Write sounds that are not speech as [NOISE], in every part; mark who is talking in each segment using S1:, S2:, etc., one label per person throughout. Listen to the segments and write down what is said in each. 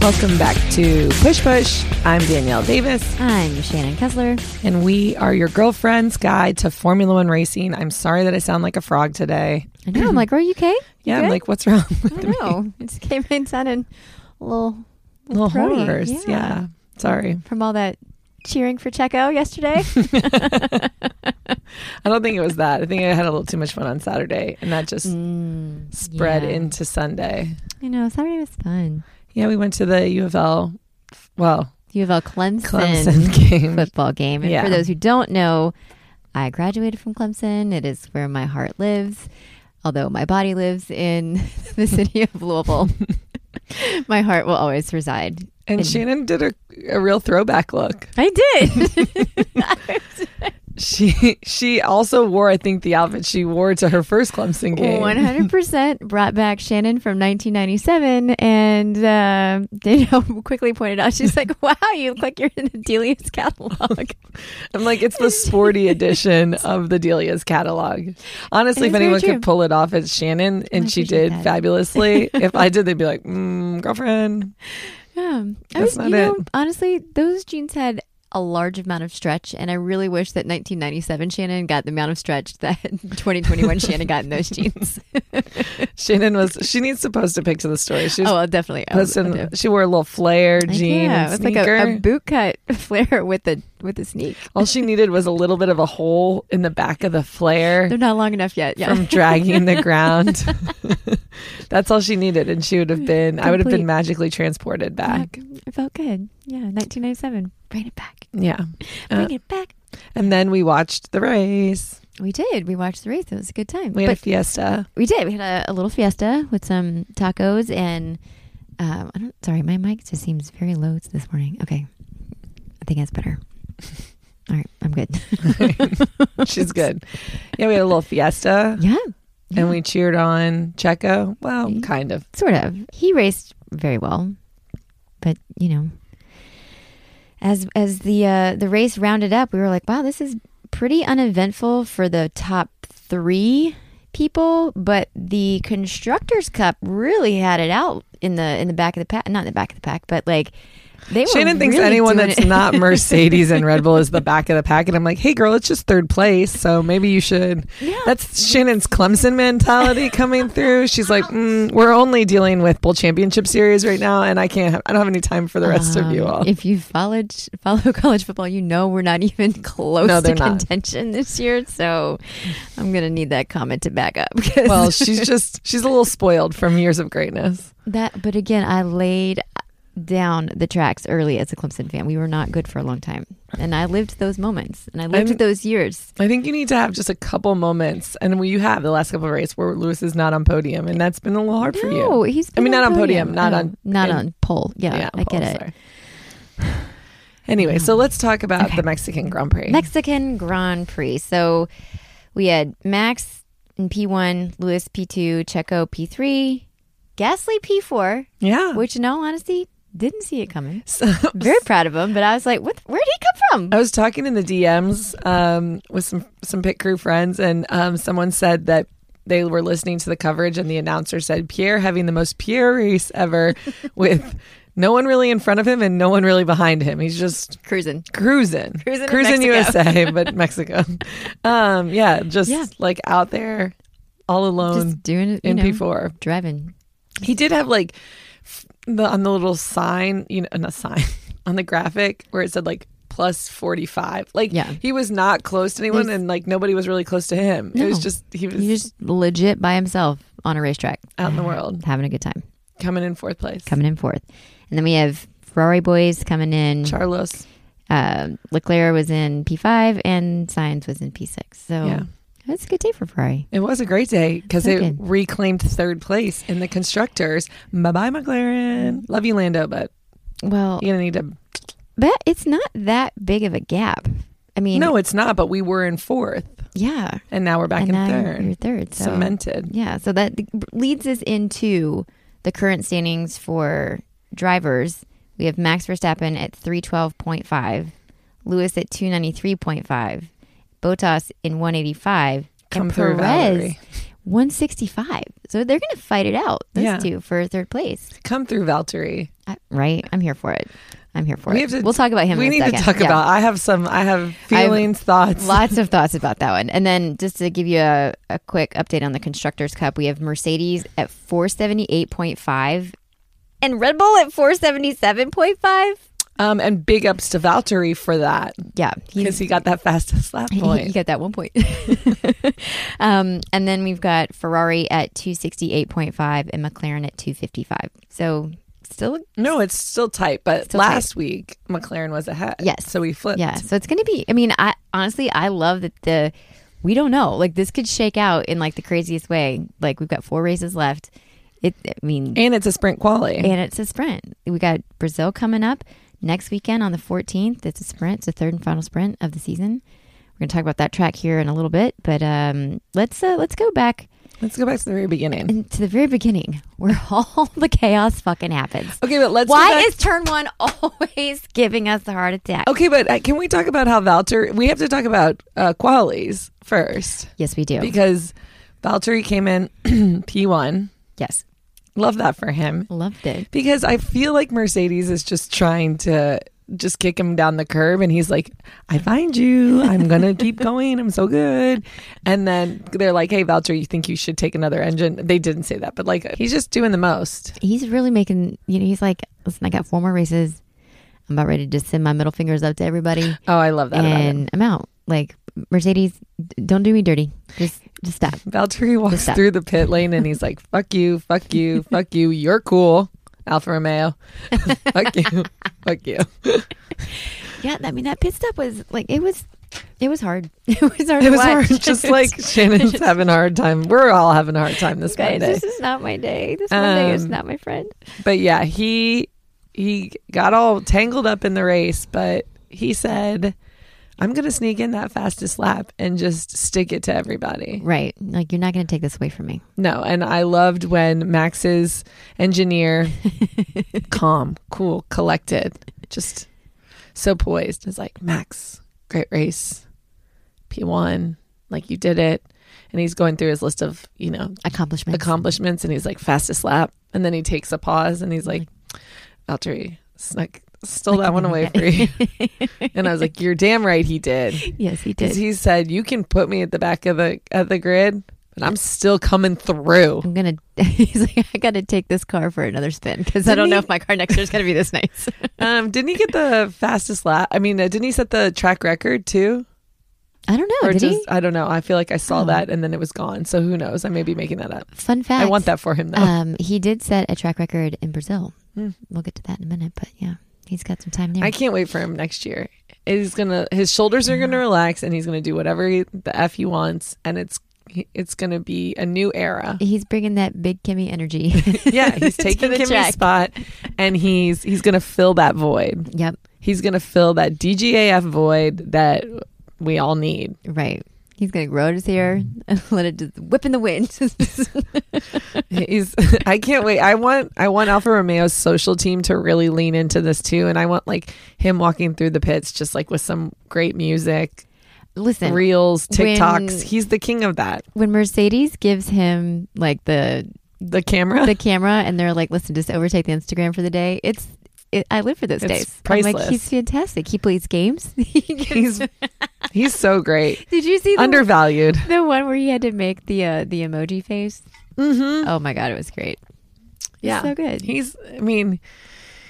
S1: Welcome back to Push Push. I'm Danielle Davis,
S2: I'm Shannon Kessler.
S1: and we are your girlfriend's guide to Formula One racing. I'm sorry that I sound like a frog today.
S2: I know. I'm like, are you okay? You
S1: Yeah, I'm
S2: good?"
S1: like, what's wrong
S2: I
S1: with
S2: don't
S1: me?
S2: know. It just came in sounding a little,
S1: Little
S2: throaty.
S1: horrors.
S2: Yeah.
S1: Yeah. Sorry.
S2: from all that cheering for Checo yesterday. [LAUGHS]
S1: I don't think it was that. I think I had a little too much fun on Saturday and that just spread
S2: yeah.
S1: into Sunday.
S2: I know. Saturday was fun.
S1: Yeah, we went to the U of L, well,
S2: You have a Clemson,
S1: Clemson [LAUGHS] game.
S2: football game. And
S1: Yeah.
S2: for those who don't know, I graduated from Clemson. It is where my heart lives, although my body lives in [LAUGHS] the city of Louisville. my heart will always reside.
S1: And Shannon did a, a real throwback look.
S2: I [LAUGHS] did.
S1: She she also wore, I think, the outfit she wore to her first Clemson game.
S2: 100% brought back Shannon from 1997. And uh, Danielle [LAUGHS] quickly pointed out, she's like, [LAUGHS] wow, you look like you're in the Delia's catalog.
S1: [LAUGHS] I'm like, it's the sporty edition of the Delia's catalog. Honestly, if
S2: It is very
S1: anyone
S2: true.
S1: could pull it off, it's Shannon, and
S2: I
S1: she
S2: appreciate
S1: did
S2: that. [LAUGHS]
S1: fabulously. if I did, they'd be like, mm, girlfriend.
S2: [LAUGHS] Yeah. I
S1: That's
S2: was,
S1: not
S2: you know,
S1: it.
S2: honestly, those jeans had a large amount of stretch, and I really wish that 1997 Shannon got the amount of stretch that [LAUGHS] 2021 Shannon got
S1: [LAUGHS]
S2: in those jeans.
S1: Shannon was. She needs to post a picture of the story. She was
S2: oh, well, definitely. I was- I
S1: posting.
S2: do.
S1: She wore a little flare
S2: Like,
S1: jean
S2: yeah,
S1: and
S2: it was like
S1: sneaker.
S2: a, a boot cut [LAUGHS] flare with a with a sneak.
S1: All she needed was a little bit of a hole in the back of the flare.
S2: They're not long enough yet. [LAUGHS] Yeah,
S1: from dragging the ground. [LAUGHS] That's all she needed, and she would have been. I would have
S2: Complete.
S1: been magically transported back.
S2: Yeah, it felt good. Yeah, 1997. Bring it back.
S1: Yeah,
S2: Bring
S1: Uh,
S2: it back.
S1: and then we watched the race.
S2: We did. We watched the race. It was a good time.
S1: We had
S2: But-
S1: a fiesta.
S2: We did. We had a, a little fiesta with some tacos and um, I don't. Sorry, my mic just seems very low this morning. Okay, I think that's better. [LAUGHS] All right, I'm good.
S1: [LAUGHS] She's good. Yeah, we had a little fiesta,
S2: yeah,
S1: and we cheered on Checo. Well,
S2: Mhm.
S1: kind of.
S2: sort of. He raced very well, but you know, as as the uh, the race rounded up, we were like, wow, this is pretty uneventful for the top three people. But the constructors' cup really had it out in the in the back of the pack. Not in the back of the pack, but like. They were
S1: Shannon thinks
S2: really
S1: anyone
S2: doing
S1: that's
S2: it. [LAUGHS]
S1: not Mercedes and Red Bull is the back of the pack, and I'm like, hey, girl, it's just third place, so maybe you should.
S2: Yeah.
S1: That's Shannon's Clemson mentality coming through. She's
S2: [LAUGHS]
S1: like, mm, we're only dealing with Bowl Championship Series right now, and I can't. Have, I don't have any time for the rest of
S2: Um,
S1: you all.
S2: If you followed follow [LAUGHS] college football, you know we're not even close
S1: No,
S2: to
S1: they're not.
S2: contention this year. So I'm gonna need that comment to back up. 'cause [LAUGHS]
S1: well, she's just she's a little spoiled from years of greatness.
S2: that. But again, I laid down the tracks early as a Clemson fan. We were not good for a long time, and I lived those moments and I lived
S1: I'm-
S2: those years.
S1: I think you need to have just a couple moments, and we you have the last couple of races where Lewis is not on podium, and that's been a little hard for you.
S2: No, he's.
S1: I mean,
S2: been
S1: not on podium, not
S2: Oh,
S1: on-
S2: not
S1: in-
S2: on pole. Yeah,
S1: Yeah,
S2: I get
S1: Paul,
S2: it.
S1: sorry. [SIGHS] Anyway, so let's talk about
S2: Okay.
S1: the Mexican Grand Prix.
S2: Mexican Grand Prix. So we had Max in P1, Lewis P2, Checo P3, Gasly P4,
S1: yeah.
S2: which in all honesty, didn't see it coming.
S1: [LAUGHS] So-
S2: Very proud of him, but I was like, what, where'd he come
S1: I
S2: from?
S1: was talking in the DMs um, with some some pit crew friends, and um, someone said that they were listening to the coverage, and the announcer said Pierre having the most Pierre race ever, [LAUGHS] with no one really in front of him and no one really behind him. He's just
S2: Cruising.
S1: cruising,
S2: Cruising in Mexico.
S1: USA,
S2: [LAUGHS]
S1: but Mexico. Um, yeah, just
S2: Yeah.
S1: like out there, all alone
S2: Just doing it, you
S1: um, in
S2: know,
S1: P four.
S2: driving.
S1: He did have like f- the on the little sign, you know, not sign [LAUGHS] on the graphic where it said like plus 45. Like
S2: Yeah.
S1: he was not close to anyone
S2: There's-
S1: and like nobody was really close to him. It was
S2: No.
S1: just he was
S2: He's just legit by himself on a racetrack.
S1: Out in the world.
S2: [SIGHS] Having a good time.
S1: coming in fourth place.
S2: Coming in fourth. And then we have Ferrari boys coming in.
S1: Charlos.
S2: uh, Leclerc was in P5 and Sainz was in P6. So
S1: Yeah.
S2: that's a good day for Ferrari.
S1: It was a great day because
S2: So
S1: it
S2: good.
S1: reclaimed third place in the constructors. Bye bye, McLaren. Love you, Lando, but
S2: Well,
S1: you're going to need
S2: but it's not that big of a gap. I
S1: to.
S2: mean,
S1: No, it's not, but we were in fourth
S2: yeah,
S1: and now we're back
S2: and
S1: in
S2: now you're-
S1: 3rd
S2: you're third. So
S1: Cemented.
S2: yeah, so that leads us into the current standings for drivers. We have Max Verstappen at 312.5, Lewis at 293.5, Botas in 185,
S1: Come
S2: and
S1: through,
S2: Perez
S1: Valerie.
S2: 165. So they're going to fight it out, those
S1: Yeah.
S2: two, for third place.
S1: Come through, Valtteri.
S2: I, right? I'm here for it. I'm here for
S1: We have
S2: it.
S1: to-
S2: we'll talk about him
S1: we
S2: in a
S1: need
S2: second.
S1: to talk
S2: Yeah.
S1: about. I have some. I have
S2: have
S1: feelings, thoughts.
S2: [LAUGHS] Lots of thoughts about that one. And then just to give you a, a quick update on the Constructors' Cup, we have Mercedes at 478.5 and Red Bull at 477.5.
S1: Um, and big ups to Valtteri for that
S2: Yeah. [LAUGHS]
S1: because he got that fastest lap
S2: You
S1: point.
S2: got that one point. [LAUGHS] um, and then we've got Ferrari at 268.5 and McLaren at 255. So still,
S1: No, it's still tight, but
S2: Still
S1: last week McLaren was ahead.
S2: Yes.
S1: so we flipped.
S2: yeah. So it's going to be, I mean, I honestly, I love that the, we don't know. Like this could shake out in like the craziest way. Like we've got four races left. It, I mean,
S1: and it's a sprint quali.
S2: and it's a sprint. We got Brazil coming up next weekend on the 14th. It's a sprint. It's the third and final sprint of the season. We're going to talk about that track here in a little bit, but um, let's uh, let's go back
S1: Let's go back to the very beginning.
S2: and to the very beginning [LAUGHS] where all the chaos fucking happens.
S1: Okay, but let's. go
S2: Why
S1: back-
S2: is turn one [LAUGHS] always giving us the heart attack?
S1: Okay, but uh, can we talk about how Valtteri? We have to talk about uh, qualies first
S2: Yes, we do.
S1: because Valtteri came in [CLEARS THROAT] P1.
S2: yes,
S1: Love that for him
S2: loved it.
S1: because I feel like Mercedes is just trying to just kick him down the curb, and he's like, "I find you. I'm gonna keep going. I'm so good." And then they're like, "Hey, Valtteri, you think you should take another engine?" They didn't say that, but like he's just doing the most.
S2: He's really making. You know, he's like, listen, I got four more races. I'm about ready to just send my middle fingers up to everybody.
S1: Oh, I love that about him.
S2: and I'm out. Like Mercedes, d- don't do me dirty. Just just stop.
S1: Valtteri walks
S2: Stop.
S1: through the pit lane and he's like, fuck you, fuck you, fuck you, you're cool. Alfa Romeo, [LAUGHS] fuck you, fuck you.
S2: Yeah, I mean that pit stop was like it was, it was hard. [LAUGHS] It was hard.
S1: It
S2: to
S1: was hard,
S2: watch. [LAUGHS]
S1: just like Shannon's having a hard time. We're all having a hard time this
S2: guys,
S1: Monday.
S2: this is not my day. This Monday is
S1: Um,
S2: not my friend.
S1: But yeah, he he got all tangled up in the race, but he said, "I'm gonna sneak in that fastest lap and just stick it to everybody."
S2: Right. Like, you're not going to take this away from me.
S1: No, and I loved when Max's
S2: [LAUGHS]
S1: engineer, calm, cool, collected, just so poised. It's like, Max, great race, P1, like you did it. And he's going through his list of, you know,
S2: Accomplishment. [LAUGHS]
S1: accomplishments and he's like, fastest lap. And then he takes a pause and he's like, Valtteri, snuck, stole
S2: oh
S1: that one away for you.
S2: [LAUGHS]
S1: and I was like, you're damn right he did.
S2: yes, he did.
S1: Because he said, "You can put me at the back of the of the grid, but I'm still coming
S2: [LAUGHS]
S1: through."
S2: I'm gonna. He's like, I gotta take this car for another spin because I
S1: Didn't
S2: don't know
S1: he-
S2: if my car next year is gonna be this nice. [LAUGHS]
S1: Um, didn't he get the fastest lap? I mean, uh, didn't he set the track record too?
S2: I don't know. Oh, Did
S1: just,
S2: he?
S1: I don't know. I feel like I saw
S2: Oh.
S1: that and then it was gone. So who knows? I may be making that up.
S2: Fun fact.
S1: I want that for him though.
S2: Um, he did set a track record in Brazil.
S1: Hmm.
S2: We'll get to that in a minute, but yeah, he's got some time there.
S1: I can't wait for him next year. He's gonna his shoulders are gonna relax and he's gonna do whatever he, the f he wants and it's he- it's gonna be a new
S2: [LAUGHS]
S1: era.
S2: he's bringing that big Kimmy energy.
S1: [LAUGHS] Yeah, he's
S2: [LAUGHS] To
S1: taking
S2: the
S1: Kimmy's
S2: track.
S1: spot and he's he's gonna fill that void.
S2: yep.
S1: He's going to fill that DGAF void that we all need.
S2: Right. He's gonna grow his hair, [LAUGHS] let it just whip in the wind. [LAUGHS]
S1: He's [LAUGHS] I can't wait. I want I want Alfa Romeo's social team to really lean into this too and I want like him walking through the pits just like with some great music,
S2: Listen,
S1: reels,
S2: when-
S1: TikToks. He's the king of that.
S2: when Mercedes gives him like the
S1: The camera. [LAUGHS]
S2: the camera and they're like, listen, just overtake the Instagram for the day. It's it, I live for those
S1: It's
S2: days. I'm
S1: priceless.
S2: like, he's fantastic. He plays games. [LAUGHS] He can-
S1: He's he's so great.
S2: Did you see the,
S1: Undervalued.
S2: [LAUGHS] the one where he had to make the uh, the emoji face?
S1: Mhm.
S2: Oh my god, it was great.
S1: Yeah.
S2: so good.
S1: He's I mean,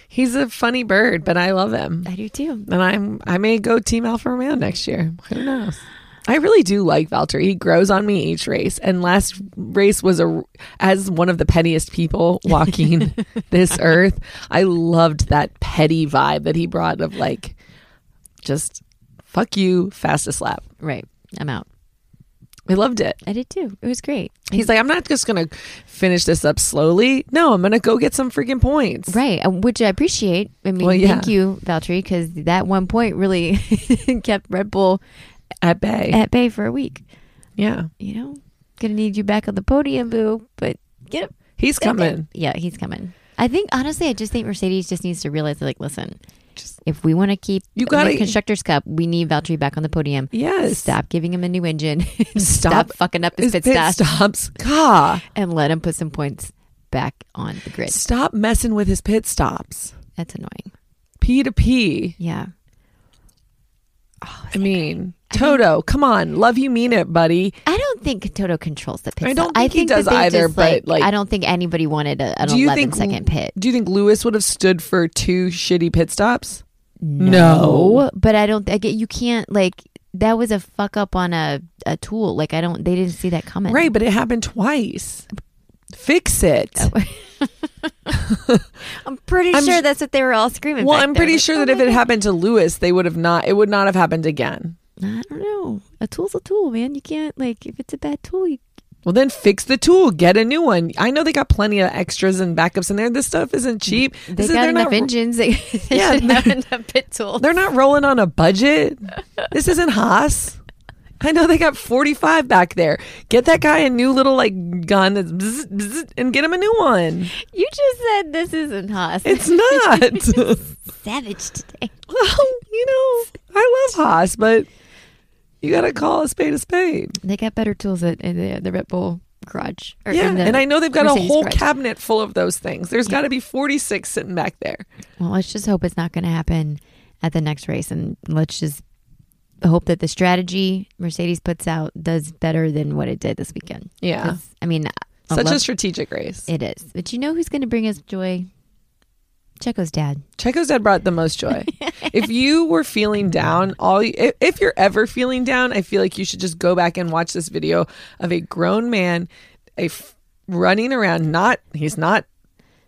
S1: he's a funny bird, but I love him.
S2: I do too.
S1: and I'm I may go Team Alfa Romeo next year. Who knows? I really do like Valtteri. He grows on me each race. And last race was a as one of the pettiest people walking this earth. I loved that petty vibe that he brought of like just fuck you, fastest lap.
S2: Right, I'm out.
S1: I loved it.
S2: I did too. It was great.
S1: He's like, I'm not just gonna finish this up slowly. No, I'm gonna go get some freaking points.
S2: Right, uh, which I appreciate. I mean,
S1: Well, yeah.
S2: thank you, Valtteri, because that one point really [LAUGHS] kept Red Bull
S1: At bay.
S2: at bay for a week.
S1: yeah.
S2: You know, gonna need you back on the podium, boo. But get up,
S1: He's coming.
S2: Yeah, he's coming. I think honestly, I just think Mercedes just needs to realize, like, listen,
S1: Just-
S2: If we want to keep
S1: You gotta-
S2: the constructors cup, we need Valtteri back on the podium.
S1: Yes.
S2: Stop giving him a new engine. [LAUGHS] Stop,
S1: Stop
S2: fucking up his pit, stop [LAUGHS]
S1: stops. God.
S2: and let him put some points back on the grid.
S1: Stop messing with his pit stops.
S2: That's annoying.
S1: P to P.
S2: Yeah. Oh,
S1: I mean, Toto, come on. Love you, mean it, buddy.
S2: I don't think Toto controls the pit.
S1: I
S2: stop.
S1: don't think he
S2: that
S1: does
S2: they
S1: either,
S2: just,
S1: but, like-
S2: I don't think anybody wanted a, an
S1: Do you
S2: 11
S1: think
S2: second pit.
S1: Do you think Lewis would have stood for two shitty pit stops?
S2: No, but I don't. I get you can't like that was a fuck up on a a tool. Like I don't. They didn't see that coming.
S1: Right, but it happened twice. Fix it.
S2: I'm pretty
S1: I'm
S2: sure
S1: s-
S2: that's what they were all screaming.
S1: well,
S2: back
S1: I'm
S2: there.
S1: pretty
S2: Like,
S1: sure
S2: oh
S1: that if
S2: my [LAUGHS]
S1: it happened to Lewis, they would have not. It would not have happened again.
S2: God. I don't know. A tool's a tool, man. You can't like if it's a bad tool. You,
S1: Well, then fix the tool. Get a new one. I know they got plenty of extras and backups in there. This stuff isn't cheap.
S2: they
S1: This is-
S2: got enough
S1: not,
S2: engines. [LAUGHS] They, they
S1: Yeah, [LAUGHS]
S2: should have enough pit tool.
S1: They're not rolling on a budget. This isn't Haas. I know they got 45 back there. Get that guy a new little like gun that's bzz, bzz, and get him a new one.
S2: You just said this isn't Haas. [LAUGHS]
S1: It's not.
S2: savage today.
S1: [LAUGHS] well, you know, I love Haas, but you got to call a spade a spade.
S2: They got better tools at in the, the Red Bull garage. Or
S1: Yeah,
S2: in the
S1: and I know they've got a
S2: Mercedes
S1: whole
S2: garage.
S1: cabinet full of those things. There's got to be 46 sitting back there.
S2: Well, let's just hope it's not going to happen at the next race, and let's just hope that the strategy Mercedes puts out does better than what it did this weekend.
S1: Yeah.
S2: 'Cause, I mean, I
S1: Such
S2: love-
S1: a strategic race.
S2: it is. But you know who's going to bring us joy? Checo's dad.
S1: Checo's dad brought the most joy. if you were feeling down, all if, if you're ever feeling down, I feel like you should just go back and watch this video of a grown man, a f- running around. Not he's not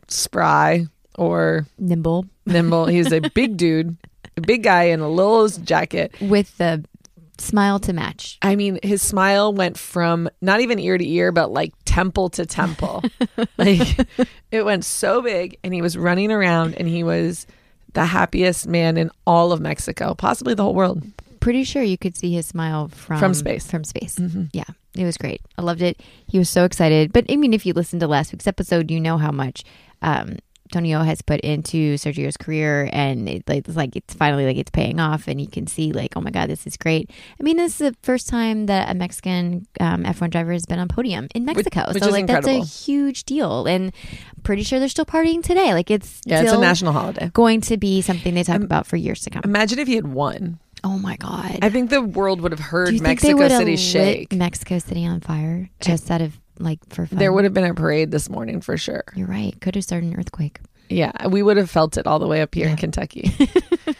S1: spry or
S2: Nimble
S1: nimble. He's a big dude, a big guy in a little jacket.
S2: with the smile to match.
S1: I mean, his smile went from not even ear to ear, but like temple to temple. like it went so big, and he was running around, and he was the happiest man in all of Mexico, possibly the whole world.
S2: Pretty sure you could see his smile from
S1: From space. Mm-hmm.
S2: From space. Yeah. It was great. I loved it. He was so excited. But I mean, if you listened to last week's episode, you know how much um, Tonio has put into Sergio's career, and it, like, it's like it's finally like it's paying off, and you can see like, oh my god, this is great. I mean, this is the first time that a Mexican um, F1 driver has been on podium in Mexico,
S1: which
S2: so
S1: is
S2: like
S1: incredible.
S2: that's a huge deal, and pretty sure they're still partying today. Like it's
S1: Yeah, it's
S2: still
S1: a national holiday.
S2: going to be something they talk about for years to come.
S1: Imagine if he had won.
S2: oh my god,
S1: I think the world would have
S2: do
S1: heard
S2: you think they
S1: Mexico
S2: would have
S1: City
S2: lit
S1: shake.
S2: Mexico City on fire just out of like for fun?
S1: There would have been a parade this morning for sure.
S2: You're right. Could have started an earthquake.
S1: Yeah, we would have felt it all the way up here in Kentucky.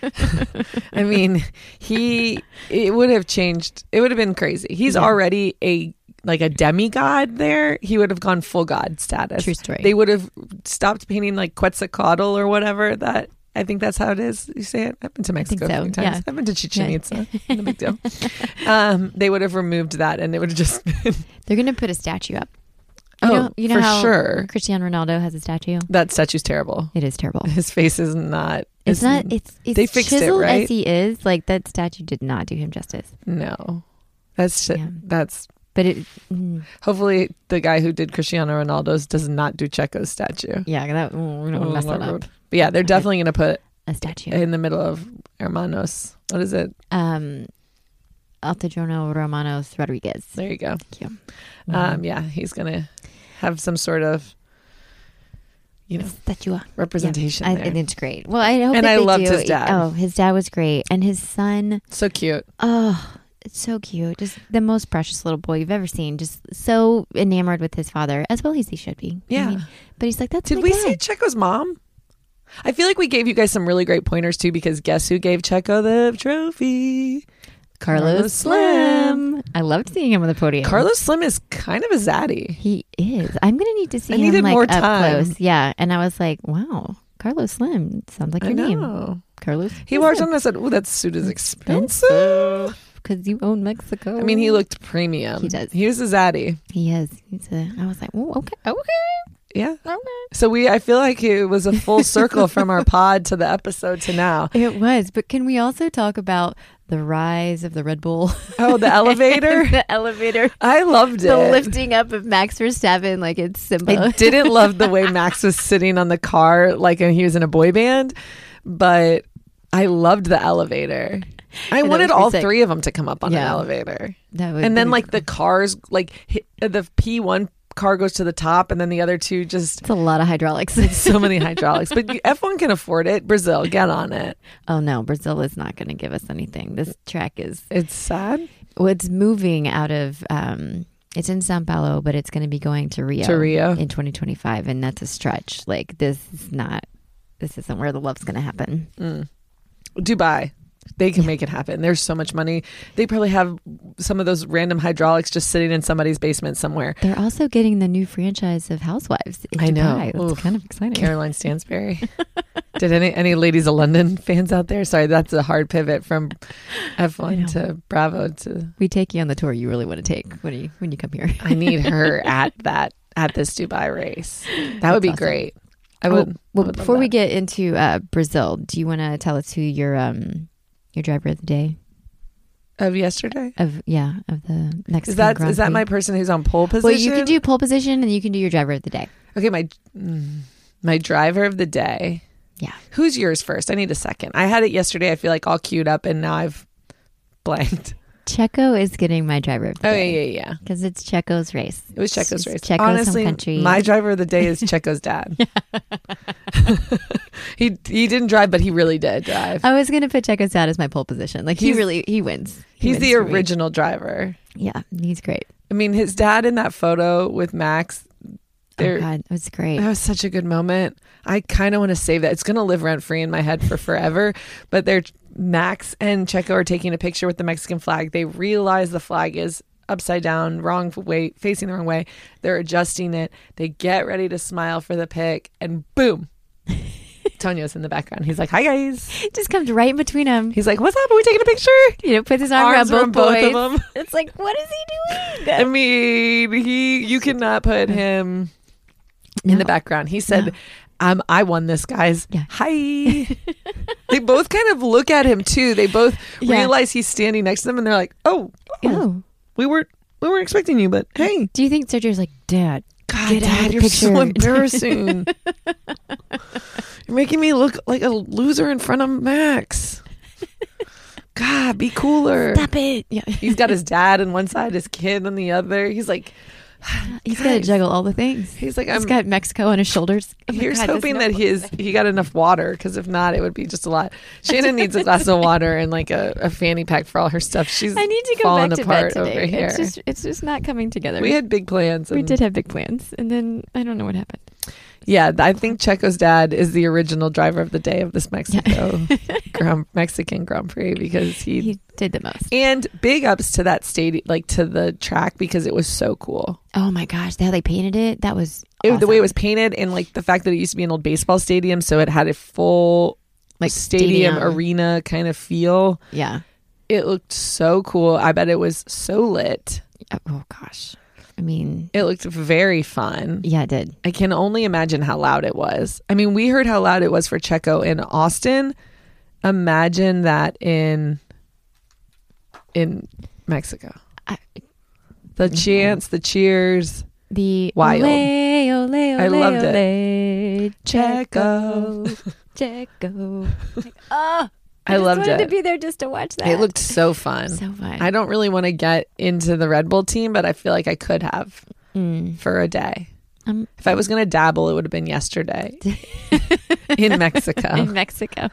S1: [LAUGHS] I mean, he it would have changed. It would have been crazy. He's already a like a demigod there. He would have gone full god status.
S2: True story.
S1: They would have stopped painting like Quetzalcoatl or whatever that I think that's how it is. You say it. I've been to
S2: think
S1: Mexico a
S2: so,
S1: few times.
S2: yeah.
S1: I've been to Chichen
S2: [LAUGHS]
S1: Itza. No big deal. um, they would have removed that, and it would have just been
S2: They're gonna put a statue up. You
S1: Oh,
S2: know, you know
S1: for
S2: how
S1: sure.
S2: Cristiano Ronaldo has a statue.
S1: that statue's terrible.
S2: It
S1: [LAUGHS]
S2: is terrible.
S1: His face is not.
S2: It's not. It's, it's
S1: they fixed it,
S2: chiseled
S1: right?
S2: as he is. Like that statue did not do him justice.
S1: No, that's shi-
S2: Yeah.
S1: that's.
S2: But it, mm,
S1: Hopefully, the guy who did Cristiano Ronaldo's does not do Checo's statue.
S2: yeah, that mm, we don't
S1: Oh,
S2: mess that
S1: Lord.
S2: up.
S1: But yeah, they're definitely going to put
S2: A statue.
S1: in the middle of Hermanos. What is it?
S2: Um, Altadrono Romanos Rodriguez.
S1: There you go.
S2: Thank you.
S1: Um, yeah, he's going to have some sort of you know
S2: Statua.
S1: representation
S2: I,
S1: there.
S2: and it's great. Well, I hope
S1: And
S2: that
S1: I
S2: they
S1: loved
S2: do.
S1: his dad.
S2: Oh, his dad was great, and his son.
S1: so cute.
S2: Oh, it's so cute. Just the most precious little boy you've ever seen. Just so enamored with his father, as well as he should be. I
S1: Yeah.
S2: mean, but he's like, that's
S1: Did
S2: Oh my
S1: we
S2: dad.
S1: see Checo's mom? I feel like we gave you guys some really great pointers too, because guess who gave Checo the trophy?
S2: Carlos Slim. I loved seeing him on the podium.
S1: Carlos Slim is kind of a zaddy.
S2: He is. I'm gonna need to see
S1: I
S2: him
S1: needed
S2: like
S1: more
S2: up
S1: time.
S2: close. Yeah. And I was like, wow, Carlos Slim sounds like
S1: I
S2: your name,
S1: know.
S2: Carlos.
S1: He walked in and I said, "Oh, that suit is expensive."
S2: because you own Mexico.
S1: I mean, he looked premium.
S2: He does.
S1: He was a zaddy.
S2: He is. He's a. I was like, oh, okay, okay,
S1: Yeah.
S2: okay.
S1: So we, I feel like it was a
S2: [LAUGHS]
S1: full circle from our pod to the episode to now.
S2: It was, but can we also talk about the rise of the Red Bull [LAUGHS]
S1: Oh, the elevator!
S2: the elevator,
S1: I loved it.
S2: the lifting up of Max Verstappen like it's Simba. [LAUGHS]
S1: I didn't love the way Max was sitting on the car, like and he was in a boy band, but I loved the elevator. I
S2: that
S1: wanted
S2: was
S1: all
S2: sick.
S1: three of them to come up on an
S2: Yeah.
S1: elevator.
S2: That would
S1: And then
S2: be-
S1: like the cars, like hit, uh, the P1 car goes to the top and then the other two just
S2: it's a lot of hydraulics.
S1: [LAUGHS] so many hydraulics. But you- F1 can afford it. Brazil, get on it.
S2: [LAUGHS] oh no, Brazil is not going to give us anything. This track is
S1: It's sad
S2: well, it's moving out of. Um, it's in Sao Paulo, but it's going to be going to Rio,
S1: to Rio.
S2: in 2025, and that's a stretch. Like this is not. This isn't where the love's going to happen.
S1: Mm. Dubai. They can make it happen. There's so much money. They probably have some of those random hydraulics just sitting in somebody's basement somewhere.
S2: They're also getting the new franchise of Housewives. In
S1: I know.
S2: Dubai. That's
S1: Oof.
S2: kind of
S1: [LAUGHS]
S2: exciting.
S1: Caroline Stansberry. Did any any ladies of London fans out there? Sorry, that's a hard pivot from
S2: I know.
S1: F1 to Bravo to
S2: we take you on the tour you really want to take when you when you
S1: [LAUGHS]
S2: come here.
S1: I need her at that at this Dubai race. That would be
S2: That's awesome. Oh,
S1: great. I would.
S2: Well,
S1: I would love
S2: before we
S1: that.
S2: get into uh, Brazil, do you want to tell us who your um your driver of the day
S1: of yesterday.
S2: of yeah of the next
S1: Is that is that my person who's on pole position?
S2: well? You can do pole position and you can do your driver of the day.
S1: Okay, my mm, my driver of the day.
S2: Yeah.
S1: Who's yours first? I need a second. I had it yesterday. I feel like all queued up, and now I've
S2: [LAUGHS]
S1: blanked.
S2: Checo is getting my driver of the
S1: Oh yeah,
S2: day
S1: yeah, yeah.
S2: because it's Checo's race.
S1: It was Checo's
S2: It's
S1: race.
S2: Checo's home
S1: Honestly,
S2: country.
S1: my driver of the day is Checo's
S2: [LAUGHS]
S1: dad. [LAUGHS] he he didn't drive, but he really did drive.
S2: I was gonna put Checo's dad as my pole position. Like he
S1: He's-
S2: really he wins. [LAUGHS] He
S1: He's
S2: wins
S1: the
S2: for me.
S1: original driver.
S2: Yeah, he's great.
S1: I mean, his dad in that photo with Max.
S2: oh
S1: There,
S2: God, it was great.
S1: that was such a good moment. I kind of want to save that. It's going to live rent free in my head for forever. [LAUGHS] but they're Max and Checo are taking a picture with the Mexican flag. They realize the flag is upside down, wrong way, facing the wrong way. They're adjusting it. They get ready to smile for the pic, and boom. Tonio's in the background. He's like, "Hi guys."
S2: It just comes right in between them.
S1: He's like, "What's up? Are we taking a picture?"
S2: You know, puts his arm
S1: Arms
S2: around
S1: around
S2: both,
S1: both of
S2: boys.
S1: them.
S2: [LAUGHS] It's like, what is he doing?
S1: I mean, he you cannot put him [LAUGHS] in
S2: No.
S1: the background. He said, um, I won this, guys.
S2: Yeah. [LAUGHS]
S1: Hi. they both kind of look at him too. They both
S2: Yeah.
S1: realize he's standing next to them and they're like, Oh, oh,
S2: Oh.
S1: we weren't we weren't expecting you, but hey.
S2: Do you think Sergio's like, Dad?
S1: God,
S2: Get out of
S1: Dad,
S2: the
S1: you're so
S2: picture. [LAUGHS]
S1: embarrassing. you're making me look like a loser in front of Max. God, be cooler.
S2: it. er,
S1: [LAUGHS]
S2: Yeah. [LAUGHS]
S1: He's got his dad on one side, his kid on the other. He's like,
S2: He's got to
S1: Guys.
S2: juggle all the things.
S1: he's like, I'm
S2: He's got Mexico on his shoulders.
S1: [LAUGHS]
S2: Oh my
S1: Here's
S2: God, this
S1: hoping
S2: no-
S1: that his he got enough water because if not, it would be just a lot. Shannon needs a glass of water and like a, a fanny pack for all her stuff. She's
S2: I need to go
S1: falling
S2: back to bed
S1: apart
S2: today.
S1: over here.
S2: It's just, it's just not coming together.
S1: we
S2: We,
S1: had big plans. And,
S2: did have big plans, and then I don't know what happened.
S1: Yeah, I think Checo's dad is the original driver of the day of this Mexico
S2: [LAUGHS]
S1: Grand, Mexican Grand Prix because he,
S2: He did the most.
S1: and big ups to that stadium, like to the track because it was so cool.
S2: Oh my gosh, how they painted it. That was
S1: It, the way it
S2: awesome.
S1: was painted and like the fact that it used to be an old baseball stadium, so it had a full like stadium arena kind of feel.
S2: Yeah.
S1: It looked so cool. I bet it was so lit.
S2: Oh, oh gosh. I mean,
S1: It looked very fun.
S2: yeah, it did.
S1: I can only imagine how loud it was. I mean, we heard how loud it was for Checo in Austin. Imagine that in in Mexico.
S2: I-
S1: The chants, the cheers.
S2: The
S1: Wild.
S2: Ole, ole, ole,
S1: I loved it.
S2: ole,
S1: Checo.
S2: [LAUGHS] Checo. Like, oh,
S1: I
S2: just
S1: loved
S2: wanted to
S1: it.
S2: be there just to watch that.
S1: It looked so
S2: [LAUGHS]
S1: fun.
S2: so fun.
S1: I don't really want to get into the Red Bull team, but I feel like I could have
S2: Mm.
S1: for a day.
S2: Um,
S1: If I was going to dabble, it would have been
S2: [LAUGHS]
S1: yesterday in Mexico.
S2: in Mexico,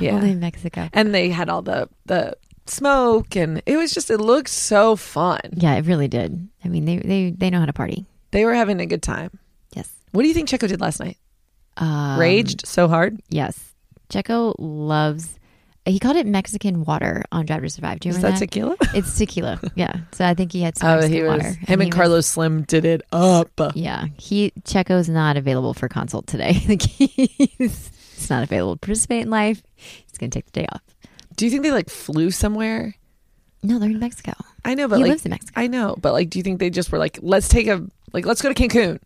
S1: yeah.
S2: only in Mexico.
S1: and they had all the the smoke and it was just it looked so fun
S2: Yeah, it really did. I mean, they they they know how to party.
S1: they were having a good time
S2: Yes.
S1: what do you think checo did last night
S2: Um,
S1: raged so hard
S2: Yes. Checo loves. He called it Mexican water on Drive to Survive. Do you
S1: is that
S2: remember that?
S1: tequila
S2: It's [LAUGHS] tequila. Yeah. So I think he had some
S1: [LAUGHS] oh
S2: Mexican
S1: he was
S2: water.
S1: him and
S2: he was-
S1: carlos slim did it up
S2: Yeah, he Checo's not available for consult today. [LAUGHS] Like he's, he's not available to participate in life. He's gonna take the day off.
S1: do you think they like flew somewhere
S2: No, they're in Mexico.
S1: i know but
S2: he
S1: like
S2: lives in Mexico.
S1: i know but like do you think they just were like let's take a like let's go to cancun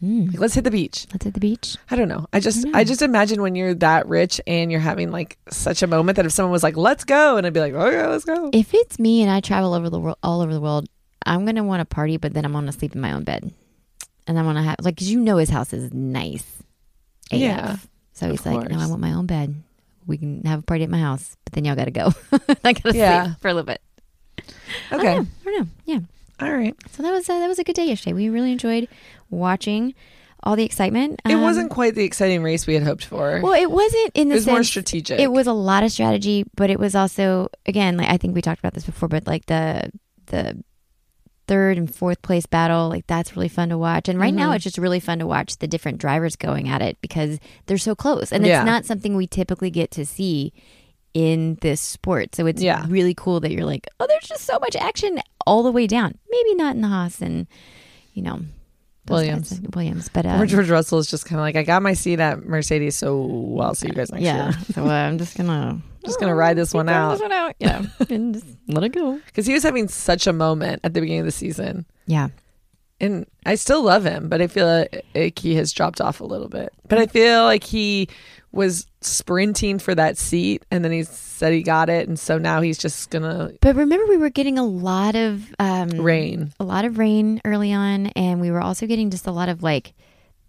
S2: Mm.
S1: like let's hit the beach
S2: Let's hit the beach.
S1: i don't know i just
S2: I know.
S1: i just imagine when you're that rich and you're having like such a moment that if someone was like let's go and i'd be like oh yeah let's go
S2: If it's me and I travel over the world, all over the world, I'm gonna want to party, but then I'm gonna sleep in my own bed, and I'm gonna have like 'cause you know his house is nice. AF.
S1: Yeah,
S2: So he's
S1: of
S2: like, no, I
S1: course.
S2: want my own bed we can have a party at my house, but then y'all got to go. [LAUGHS] I got to
S1: Yeah.
S2: sleep for a little bit. I
S1: Okay.
S2: don't know. I don't know. oh, Yeah.
S1: All right.
S2: So that was uh, that was a good day yesterday. We really enjoyed watching all the excitement.
S1: It
S2: Um,
S1: wasn't quite the exciting race we had hoped for.
S2: Well, it wasn't in the
S1: it was
S2: sense
S1: more strategic.
S2: it was a lot of strategy, but it was also again, like I think we talked about this before, but like the the third and fourth place battle, like that's really fun to watch. And right now
S1: Mhm.
S2: it's just really fun to watch the different drivers going at it because they're so close. And
S1: Yeah.
S2: it's not something we typically get to see in this sport. So it's
S1: Yeah.
S2: really cool that you're like, oh, there's just so much action all the way down. Maybe not in Haas and you know those
S1: Williams.
S2: guys, Williams, but um,
S1: Poor George Russell is just kind of like, I got my seat at Mercedes, so I'll see you guys next
S2: yeah.
S1: year.
S2: [LAUGHS] so uh, I'm just gonna
S1: Just gonna ride this
S2: Keep
S1: one
S2: throwing
S1: out.
S2: This one out. Yeah, [LAUGHS] and just let it go.
S1: Because he was having such a moment at the beginning of the season.
S2: Yeah.
S1: And I still love him, but I feel like- like he has dropped off a little bit. But I feel like he was sprinting for that seat and then he said he got it. And so now he's just going to
S2: But remember, we were getting a lot of um,
S1: rain.
S2: a lot of rain early on, and we were also getting just a lot of like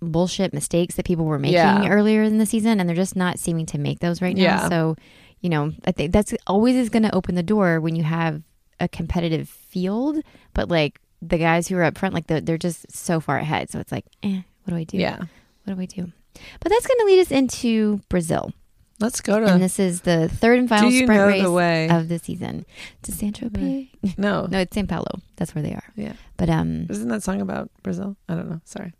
S2: bullshit mistakes that people were making
S1: Yeah.
S2: earlier in the season, and they're just not seeming to make those right now.
S1: Yeah.
S2: So, you know, I think that's always is going to open the door when you have a competitive field, but like the guys who are up front, like the, they're just so far ahead. So it's like, eh, what do I do?
S1: Yeah.
S2: What do I do? But that's going to lead us into Brazil.
S1: Let's go
S2: And
S1: to.
S2: this is the third and final
S1: Do you
S2: sprint
S1: know
S2: race
S1: the way?
S2: of the season to San Tropez.
S1: no.
S2: [LAUGHS] No, it's San Paulo. That's where they are.
S1: Yeah.
S2: But um, I
S1: Isn't that song about Brazil? I don't know. Sorry.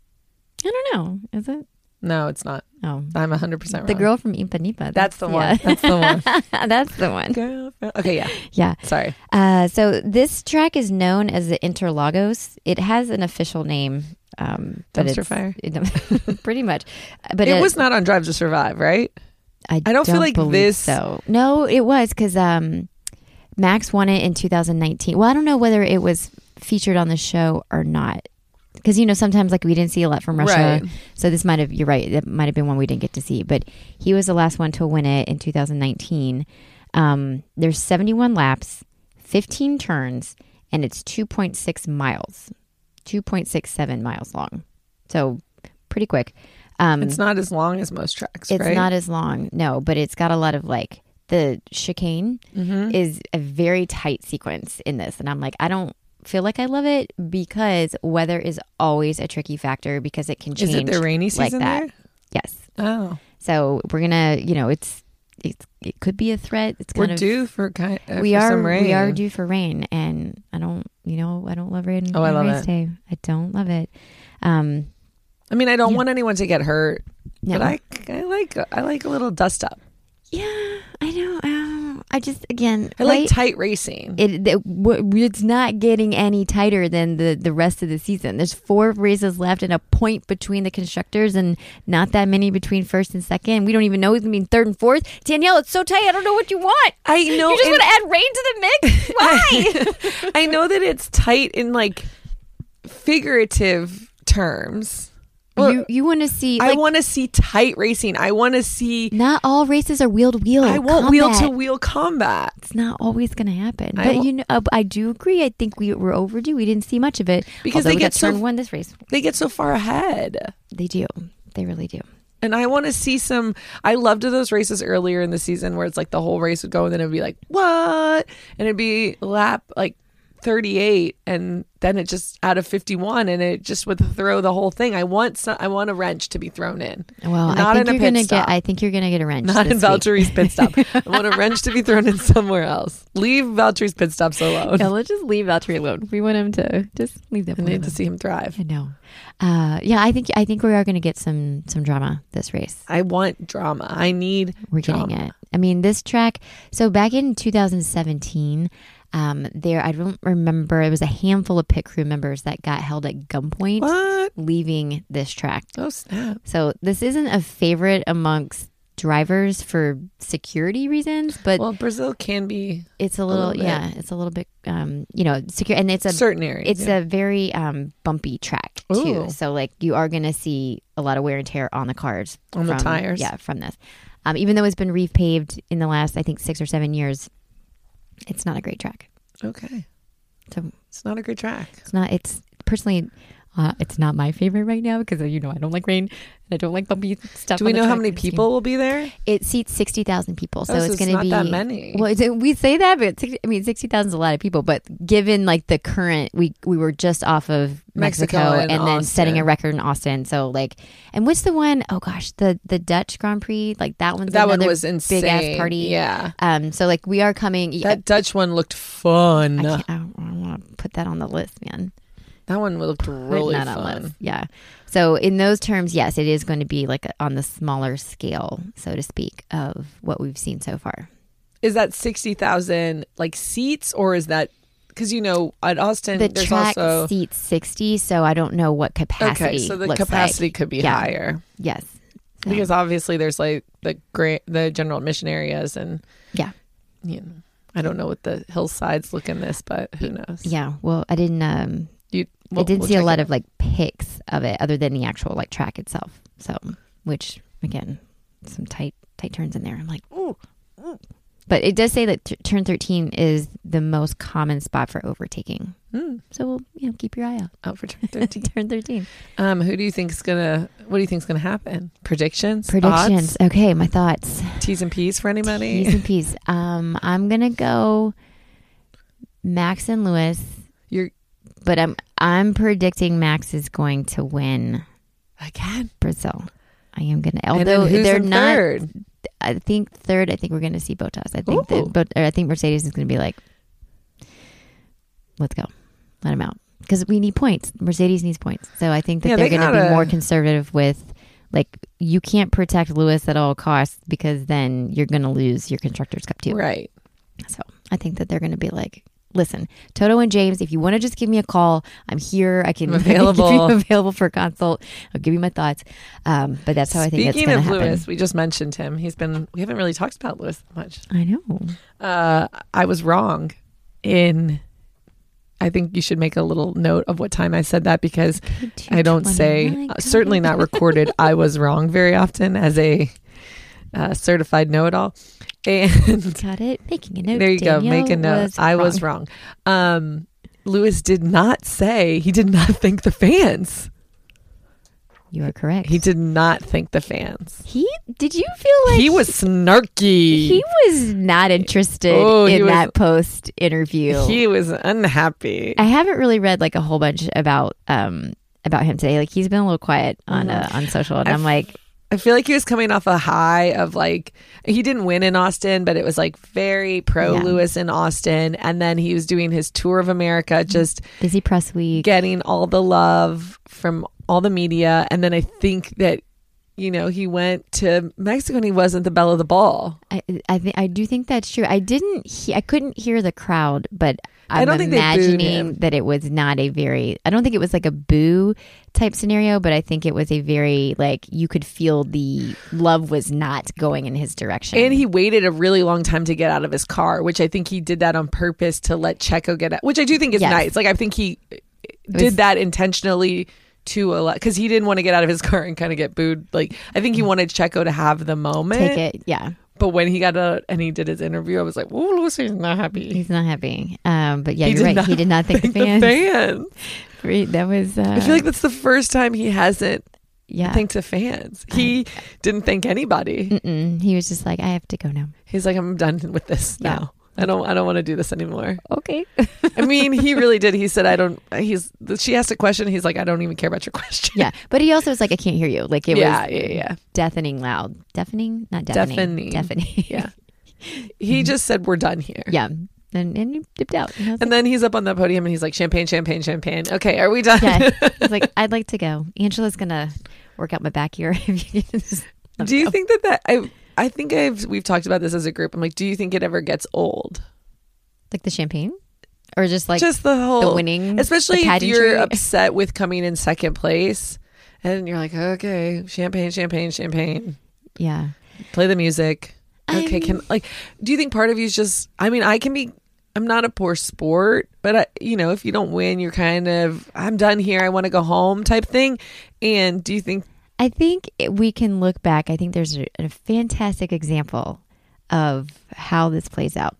S2: don't know. Is it?
S1: No, it's not.
S2: Oh,
S1: I'm 100% wrong.
S2: the girl from Impanipa.
S1: That's the one. That's the one.
S2: one. [LAUGHS] that's the one.
S1: Girl. Okay, yeah.
S2: Yeah.
S1: Sorry.
S2: Uh, so this track is known as the Interlagos. It has an official name. Um, but
S1: Dumpster
S2: it's-
S1: fire.
S2: it- [LAUGHS] pretty much. But
S1: it was not on Drive to Survive, right?
S2: I,
S1: I don't feel like
S2: believe
S1: this-
S2: So no, it was because um, Max won it in 2019. Well, I don't know whether it was featured on the show or not, because you know sometimes like we didn't see a lot from Russia. Mm-hmm.
S1: Right.
S2: So this might have you're right. That might have been one we didn't get to see. But he was the last one to win it in 2019. Um, there's 71 laps, 15 turns, and it's 2.6 miles, 2.67 miles long. So pretty quick. Um,
S1: It's not as long as most tracks,
S2: it's
S1: right?
S2: not as long, no, but it's got a lot of like the chicane
S1: Mm-hmm.
S2: is a very tight sequence in this, and I'm like, I don't feel like I love it because weather is always a tricky factor because it can change.
S1: Is it the rainy
S2: like
S1: season
S2: that. Yes,
S1: there? Oh.
S2: so we're gonna, you know, it's it's it could be a threat. It's kind
S1: We're
S2: of
S1: due for kind uh,
S2: we
S1: for
S2: are
S1: some rain.
S2: we are due for rain, and I don't, you know, I don't love rain.
S1: Oh, I
S2: on
S1: love
S2: race
S1: it.
S2: Day. I don't love it. Um,
S1: I mean, I don't
S2: Yeah.
S1: want anyone to get hurt,
S2: no.
S1: but I, I like I like a little dust up.
S2: yeah, I know. Um, I just again,
S1: I like
S2: right-
S1: tight racing.
S2: it, that- w- it's not getting any tighter than the, the rest of the season. There's four races left and a point between the constructors and not that many between first and second. We don't even know who's going to be in third and fourth. Danielle, it's so tight. I don't know what you want.
S1: I know.
S2: [LAUGHS] you just
S1: and-
S2: want to add rain to the mix?
S1: [LAUGHS]
S2: Why?
S1: I know that it's tight in like figurative terms. Well,
S2: you you want to see, like,
S1: I want to see tight racing. I want to see.
S2: not all races are wheel to wheel.
S1: I want wheel to wheel combat.
S2: It's not always going to happen.
S1: I
S2: but
S1: wa-
S2: you know, uh, I do agree. I think we were overdue. We didn't see much of it.
S1: Because
S2: Although
S1: they
S2: we
S1: get
S2: got
S1: so-
S2: turn one this race.
S1: They get so far ahead.
S2: They do. They really do.
S1: And I want to see some. I loved those races earlier in the season where it's like the whole race would go and then it'd be like, what? And it'd be lap like 38 and then it just out of 51 and it just would throw the whole thing. I want some, I want a wrench to be thrown in.
S2: Well,
S1: Not
S2: I
S1: in
S2: think
S1: a
S2: you're
S1: pit
S2: gonna
S1: stop.
S2: get. I think you're gonna get a wrench.
S1: Not
S2: this
S1: in
S2: week.
S1: Valtteri's pit stop. I want a wrench to be thrown in somewhere else. Leave Valtteri's pit stops alone.
S2: Yeah, let's just leave Valtteri alone. We want him to just leave that.
S1: I
S2: one
S1: need to
S2: alone.
S1: see him thrive.
S2: I know. Uh, yeah, I think I think we are gonna get some some drama this race.
S1: I want drama. I need
S2: We're getting it. I mean, this track. So back in 2017. Um, there, I don't remember. It was a handful of pit crew members that got held at gunpoint
S1: What?
S2: leaving this track.
S1: Oh, snap.
S2: So this isn't a favorite amongst drivers for security reasons, but
S1: Well, Brazil can be
S2: it's a little,
S1: little bit.
S2: yeah, it's a little bit, um, you know, secure, and it's a
S1: certain areas.
S2: It's
S1: yeah.
S2: a very um, bumpy track too,
S1: Ooh.
S2: so like you are going to see a lot of wear and tear on the cars,
S1: On the
S2: from-
S1: tires.
S2: Yeah, from this, um, even though it's been repaved in the last, I think six or seven years, it's not a great track.
S1: okay.
S2: So
S1: It's not a good track.
S2: it's not. It's personally Uh, it's not my favorite right now because uh, you know I don't like rain and I don't like bumpy stuff.
S1: Do we
S2: on the
S1: know how
S2: track
S1: many
S2: and skiing.
S1: people will be there?
S2: It seats sixty thousand people, so
S1: Oh, so
S2: it's
S1: it's
S2: going to
S1: not
S2: be
S1: that many.
S2: Well, it's- we say that, but 60, I mean, sixty thousand is a lot of people. But given like the current, we we were just off of Mexico,
S1: Mexico
S2: and,
S1: and
S2: then setting a
S1: Austin.
S2: record in Austin. So like, and what's the one oh gosh, the the Dutch Grand Prix, like that one's
S1: That one
S2: another
S1: was insane.
S2: big ass party.
S1: Yeah.
S2: Um. So like, we are coming. yeah,
S1: That Dutch one looked fun.
S2: I, can't, I don't, want to put that on the list, man.
S1: That one looked
S2: Putting
S1: really
S2: that on the
S1: fun.
S2: list. Yeah. So in those terms, yes, it is going to be like on the smaller scale, so to speak, of what we've seen so far.
S1: Is that 60,000 like seats or is that because you know at Austin
S2: the
S1: there's
S2: track
S1: also
S2: seats 60 so i don't know what capacity
S1: okay, so the
S2: looks
S1: capacity
S2: like.
S1: could be
S2: Yeah.
S1: higher
S2: yes So,
S1: because obviously there's like the grant, the general admission areas and
S2: yeah
S1: you know I don't know what the hillsides look in this, but who knows?
S2: yeah well i didn't um
S1: you,
S2: i didn't see a lot of like pics of it other than the actual like track itself so which again some tight tight turns in there i'm like ooh, ooh. but it does say that t- turn 13 is the most common spot for overtaking
S1: Mm,
S2: so we'll you know keep your eye out [LAUGHS]
S1: out for turn thirteen.
S2: turn 13
S1: um, who do you think's gonna? What do you think's gonna happen? Predictions,
S2: predictions okay my thoughts
S1: odds, T's and P's for anybody.
S2: Teas and peas. Um, I'm gonna go Max and Lewis.
S1: You're-
S2: but I'm I'm predicting Max is going to win
S1: [LAUGHS] Again,
S2: Brazil. I am gonna.
S1: And
S2: Although
S1: then who's
S2: they're
S1: in
S2: not,
S1: third?
S2: I think third. I think we're gonna see Botas. I think
S1: Ooh.
S2: that, but or I think Mercedes is gonna be like, let's go, let him out because we need points. Mercedes needs points, so I think that
S1: Yeah,
S2: they're
S1: they
S2: gonna be
S1: gotta-
S2: more conservative with. Like you can't protect Lewis at all costs because then you're going to lose your constructors' cup too.
S1: Right.
S2: So I think that they're going to be like, listen, Toto and James, if you want to just give me a call, I'm here. [LAUGHS] I can
S1: I'm available."
S2: give you available for a consult. I'll give you my thoughts. Um, but that's how I think it's
S1: Speaking
S2: going to
S1: of
S2: happen.
S1: Lewis, we just mentioned him. He's been. We haven't really talked about Lewis much.
S2: I know.
S1: Uh, I was wrong. In, I think you should make a little note of what time I said that because I don't say uh, certainly not recorded. I was wrong very often as a uh, certified know-it-all, [LAUGHS] and
S2: Got it. Making a note.
S1: there you go. Make a note.
S2: Danielle
S1: I was wrong. Um, Lewis did not say he did not [LAUGHS] thank the fans.
S2: You are correct.
S1: He did not thank the fans.
S2: He did. You feel like
S1: he was snarky.
S2: He was not interested
S1: Oh, he
S2: in
S1: was-
S2: that post interview.
S1: He was unhappy.
S2: I haven't really read like a whole bunch about um about him today. Like he's been a little quiet on uh, on social, and i am like,
S1: Uh-huh. I feel like he was coming off a high of like he didn't win in Austin, but it was like very pro
S2: Yeah.
S1: Lewis in Austin, and then he was doing his tour of America, just
S2: busy press week.
S1: getting all the love from all the media, and then I think that you know he went to Mexico and he wasn't the belle of the ball.
S2: I I, th- I do think that's true. I didn't. He- I couldn't hear the crowd, but I'm
S1: I don't think they booed
S2: imagining
S1: him.
S2: that it was not a very. I don't think it was like a boo type scenario, but I think it was a very like you could feel the love was not going in his direction.
S1: And he waited a really long time to get out of his car, which I think he did that on purpose to let Checo get out, which I do think is
S2: Yes.
S1: nice. Like, I think he uh,
S2: was-
S1: did that intentionally to a lot because he didn't want to get out of his [LAUGHS] car and kind of get booed. Like, I think he wanted Checo to have the moment.
S2: Mm. Take it, yeah.
S1: But when he got out and he did his interview, I was like, oh, Lewis is not happy. [LAUGHS]
S2: He's not happy. Um, but yeah,
S1: He
S2: you're
S1: did
S2: right.
S1: not
S2: He
S1: [LAUGHS]
S2: did not think the
S1: Thank the
S2: fans.
S1: fans.
S2: [LAUGHS] Great, That was. Uh,
S1: I feel like that's the first time he hasn't
S2: yeah. Mm.
S1: thanked the fans. He didn't thank anybody.
S2: Mm-mm. He was just like, I have to go now.
S1: He's like, I'm done with this
S2: Yeah.
S1: now. I don't. I don't want to do this anymore.
S2: Okay.
S1: I mean, he really did. He said, "I don't." He's she asked a question. He's like, "I don't even care about your [LAUGHS] question."
S2: [LAUGHS] yeah, but he also was like, I can't hear you. Like it
S1: yeah,
S2: was
S1: yeah, yeah,
S2: deafening loud. Deafening, not deafening.
S1: Deafening.
S2: Deafening.
S1: [LAUGHS] yeah. He just said, "We're done here."
S2: [LAUGHS] Mm-hmm. Yeah. And, and he dipped out. And I was
S1: And then he's up on the podium and he's like, "Champagne, champagne, champagne." Okay, are we done?
S2: like, yeah.
S1: [LAUGHS]
S2: I was like, I'd like to go. Angela's going to work out my back here. [LAUGHS] if you can just
S1: [LAUGHS]
S2: let
S1: do
S2: me
S1: you
S2: go.
S1: think that that I? I think I've we've talked about this as a group. I'm like, do you think it ever gets old?
S2: Like the champagne? Or just like
S1: just the whole
S2: the winning?
S1: especially
S2: the
S1: if
S2: pageantry?
S1: you're upset with coming in second place, and you're like, "Okay, champagne, champagne, champagne."
S2: Yeah.
S1: play the music okay
S2: I'm-
S1: can like do you think part of you is just i mean i can be i'm not a poor sport but I, you know if you don't win you're kind of i'm done here i want to go home type thing and do you think
S2: I think it- we can look back. I think there's a, a fantastic example of how this plays out.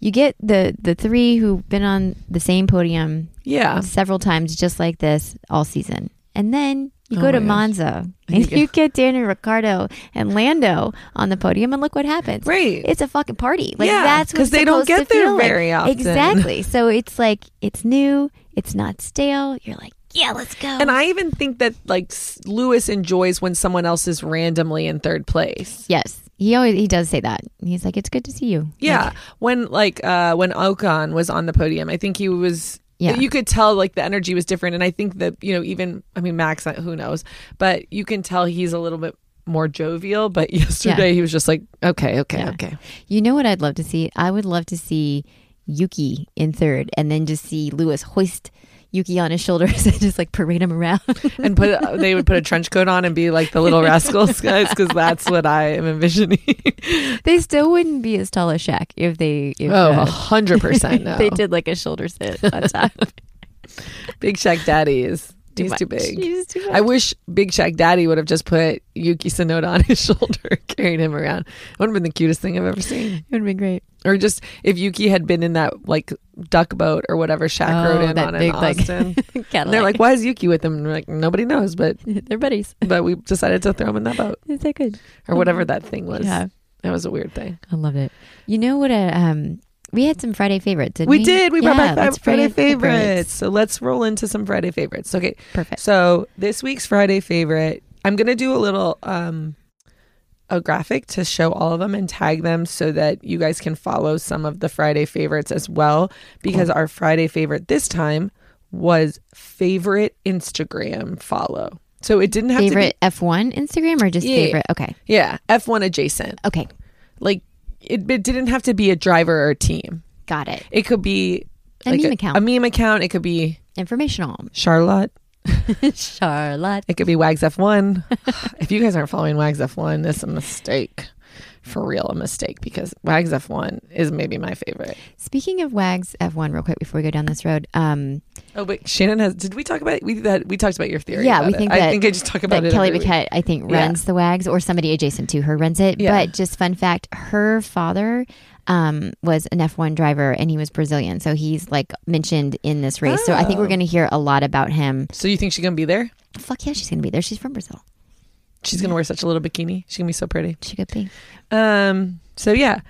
S2: you get the the three who've been on the same podium
S1: Yeah.
S2: several times just like this all season. And then you go
S1: Oh
S2: to
S1: my gosh. [LAUGHS]
S2: Monza
S1: And
S2: and
S1: you
S2: you get Daniel Ricciardo and Lando on the podium and look what happens.
S1: Right.
S2: It's a fucking party. Like
S1: Yeah,
S2: that's
S1: 'cause
S2: because
S1: they don't get there
S2: feel like.
S1: very often.
S2: Exactly. So it's like it's new, it's not stale. You're like, yeah, let's go.
S1: And I even think that like s- Lewis enjoys when someone else is randomly in third place.
S2: yes, he always he does say that. He's like, it's good to see you.
S1: Yeah. when like uh when Ocon was on the podium, I think he was
S2: Yeah.
S1: You could tell like the energy was different, and I think that you know even I mean Max, uh, who knows, but you can tell he's a little bit more jovial. But [LAUGHS] yesterday he was just like, okay, okay,
S2: Yeah. [LAUGHS]
S1: okay.
S2: You know what I'd love to see? I would love to see Yuki in third and then just see Lewis hoist Yuki on his shoulders [LAUGHS] and just like parade him around.
S1: and put uh, they would put a trench coat on and be like the little rascals guys because that's what I am envisioning. [LAUGHS]
S2: they still wouldn't be as tall as Shaq if they if
S1: Oh, [LAUGHS] a
S2: uh,
S1: hundred percent. No,
S2: [LAUGHS] they did like a shoulder sit
S1: [LAUGHS]
S2: on top.
S1: Big Shack Daddy is he's too
S2: much.
S1: big.
S2: He's too
S1: I wish Big Shack Daddy would have just put Yuki Sonoda on [LAUGHS] his shoulder, carrying him around. It would have been the cutest thing I've ever seen.
S2: it would have
S1: [LAUGHS]
S2: been great. [LAUGHS]
S1: Or just if Yuki had been in that like duck boat or whatever Shaq
S2: Oh,
S1: rode in
S2: that
S1: on
S2: big,
S1: in
S2: like, [LAUGHS]
S1: Austin.
S2: Cadillac.
S1: and they're like, "Why is Yuki with him?" And we're like, "Nobody knows," but
S2: they're buddies.
S1: but we decided to throw him in that boat
S2: Is that good?
S1: or whatever that thing was.
S2: Mm-hmm. Yeah,
S1: That was a weird thing.
S2: I love it. You know what? A, um, we had some Friday favorites. Didn't we,
S1: we, did. We brought
S2: Yeah,
S1: back
S2: let's
S1: Fri- Friday,
S2: bring
S1: favorites.
S2: favorites.
S1: So let's roll into some Friday favorites. Okay.
S2: Perfect.
S1: So this week's Friday favorite, I'm gonna do a little um a graphic to show all of them and tag them so that you guys can follow some of the Friday favorites as well. Because our Friday favorite this time was favorite Instagram follow. So it didn't have
S2: Favorite F one Instagram or just
S1: Yeah.
S2: favorite? Okay,
S1: to be yeah F1 adjacent.
S2: okay,
S1: Like it, it didn't have to be a driver or a team.
S2: got it.
S1: It could be
S2: A
S1: like
S2: meme account.
S1: A meme account. It could be
S2: Informational. [LAUGHS]
S1: Charlotte.
S2: Charlotte.
S1: It could be Wags F1. [SIGHS] if you guys aren't following Wags F1, it's a mistake. For real, a mistake because Wags F1 is maybe my favorite.
S2: Speaking of Wags F1, real quick before we go down this road, um,
S1: Oh, but Shannon has. Did we talk about we that we talked about your theory?
S2: Yeah,
S1: about
S2: we
S1: it.
S2: think
S1: I
S2: that-
S1: think I just talk about
S2: that
S1: it.
S2: Kelly
S1: every week.
S2: Baquette, I think,
S1: Yeah.
S2: runs the Wags or somebody adjacent to her runs it.
S1: Yeah.
S2: But just fun fact her father um, was an F1 driver and he was Brazilian. So he's like mentioned in this race. So I think we're
S1: Oh.
S2: going to hear a lot about him.
S1: So you think she's gonna be there?
S2: Fuck yeah, she's going to be there. She's from Brazil.
S1: She's gonna wear such a little bikini. She's gonna be so pretty.
S2: She could be.
S1: Um. So yeah.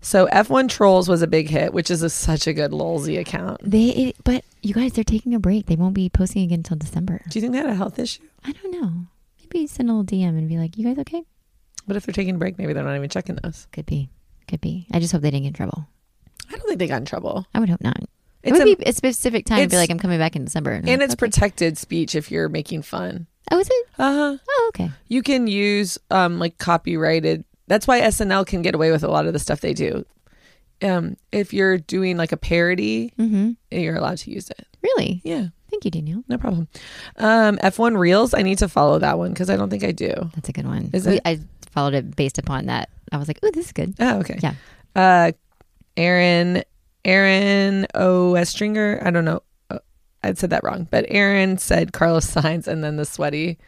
S1: So F1 trolls was a big hit, which is a, such a good lolzy account.
S2: They, it, But you guys, they're taking a break. They won't be posting again until December.
S1: Do you think they had a health issue?
S2: I don't know. Maybe send a little DM and be like, you guys okay?
S1: But if they're taking a break, maybe they're not even checking those.
S2: Could be. Could be. I just hope they didn't get in trouble.
S1: I don't think they got in trouble.
S2: I would hope not.
S1: It's
S2: it
S1: a-
S2: would be a specific time to be
S1: it's-
S2: like, I'm coming back in December. I'm
S1: and
S2: like,
S1: it's
S2: okay.
S1: protected speech if you're making fun.
S2: Oh, is it?
S1: Uh huh.
S2: Oh, okay.
S1: You can use um like copyrighted. That's why SNL can get away with a lot of the stuff they do. Um, if you're doing like a parody,
S2: Mm-hmm.
S1: you're allowed to use it.
S2: Really?
S1: Yeah,
S2: Thank you, Danielle.
S1: no problem. Um, F1 Reels, I need to follow that one because I don't think I do.
S2: That's a good one.
S1: Is
S2: We-
S1: it?
S2: I followed it based upon that. I was like, oh, this is good.
S1: Oh, okay.
S2: Yeah.
S1: Uh, Aaron, Aaron O S Stringer. I don't know. Uh, I said that wrong, but Aaron said Carlos Sainz and then the sweaty,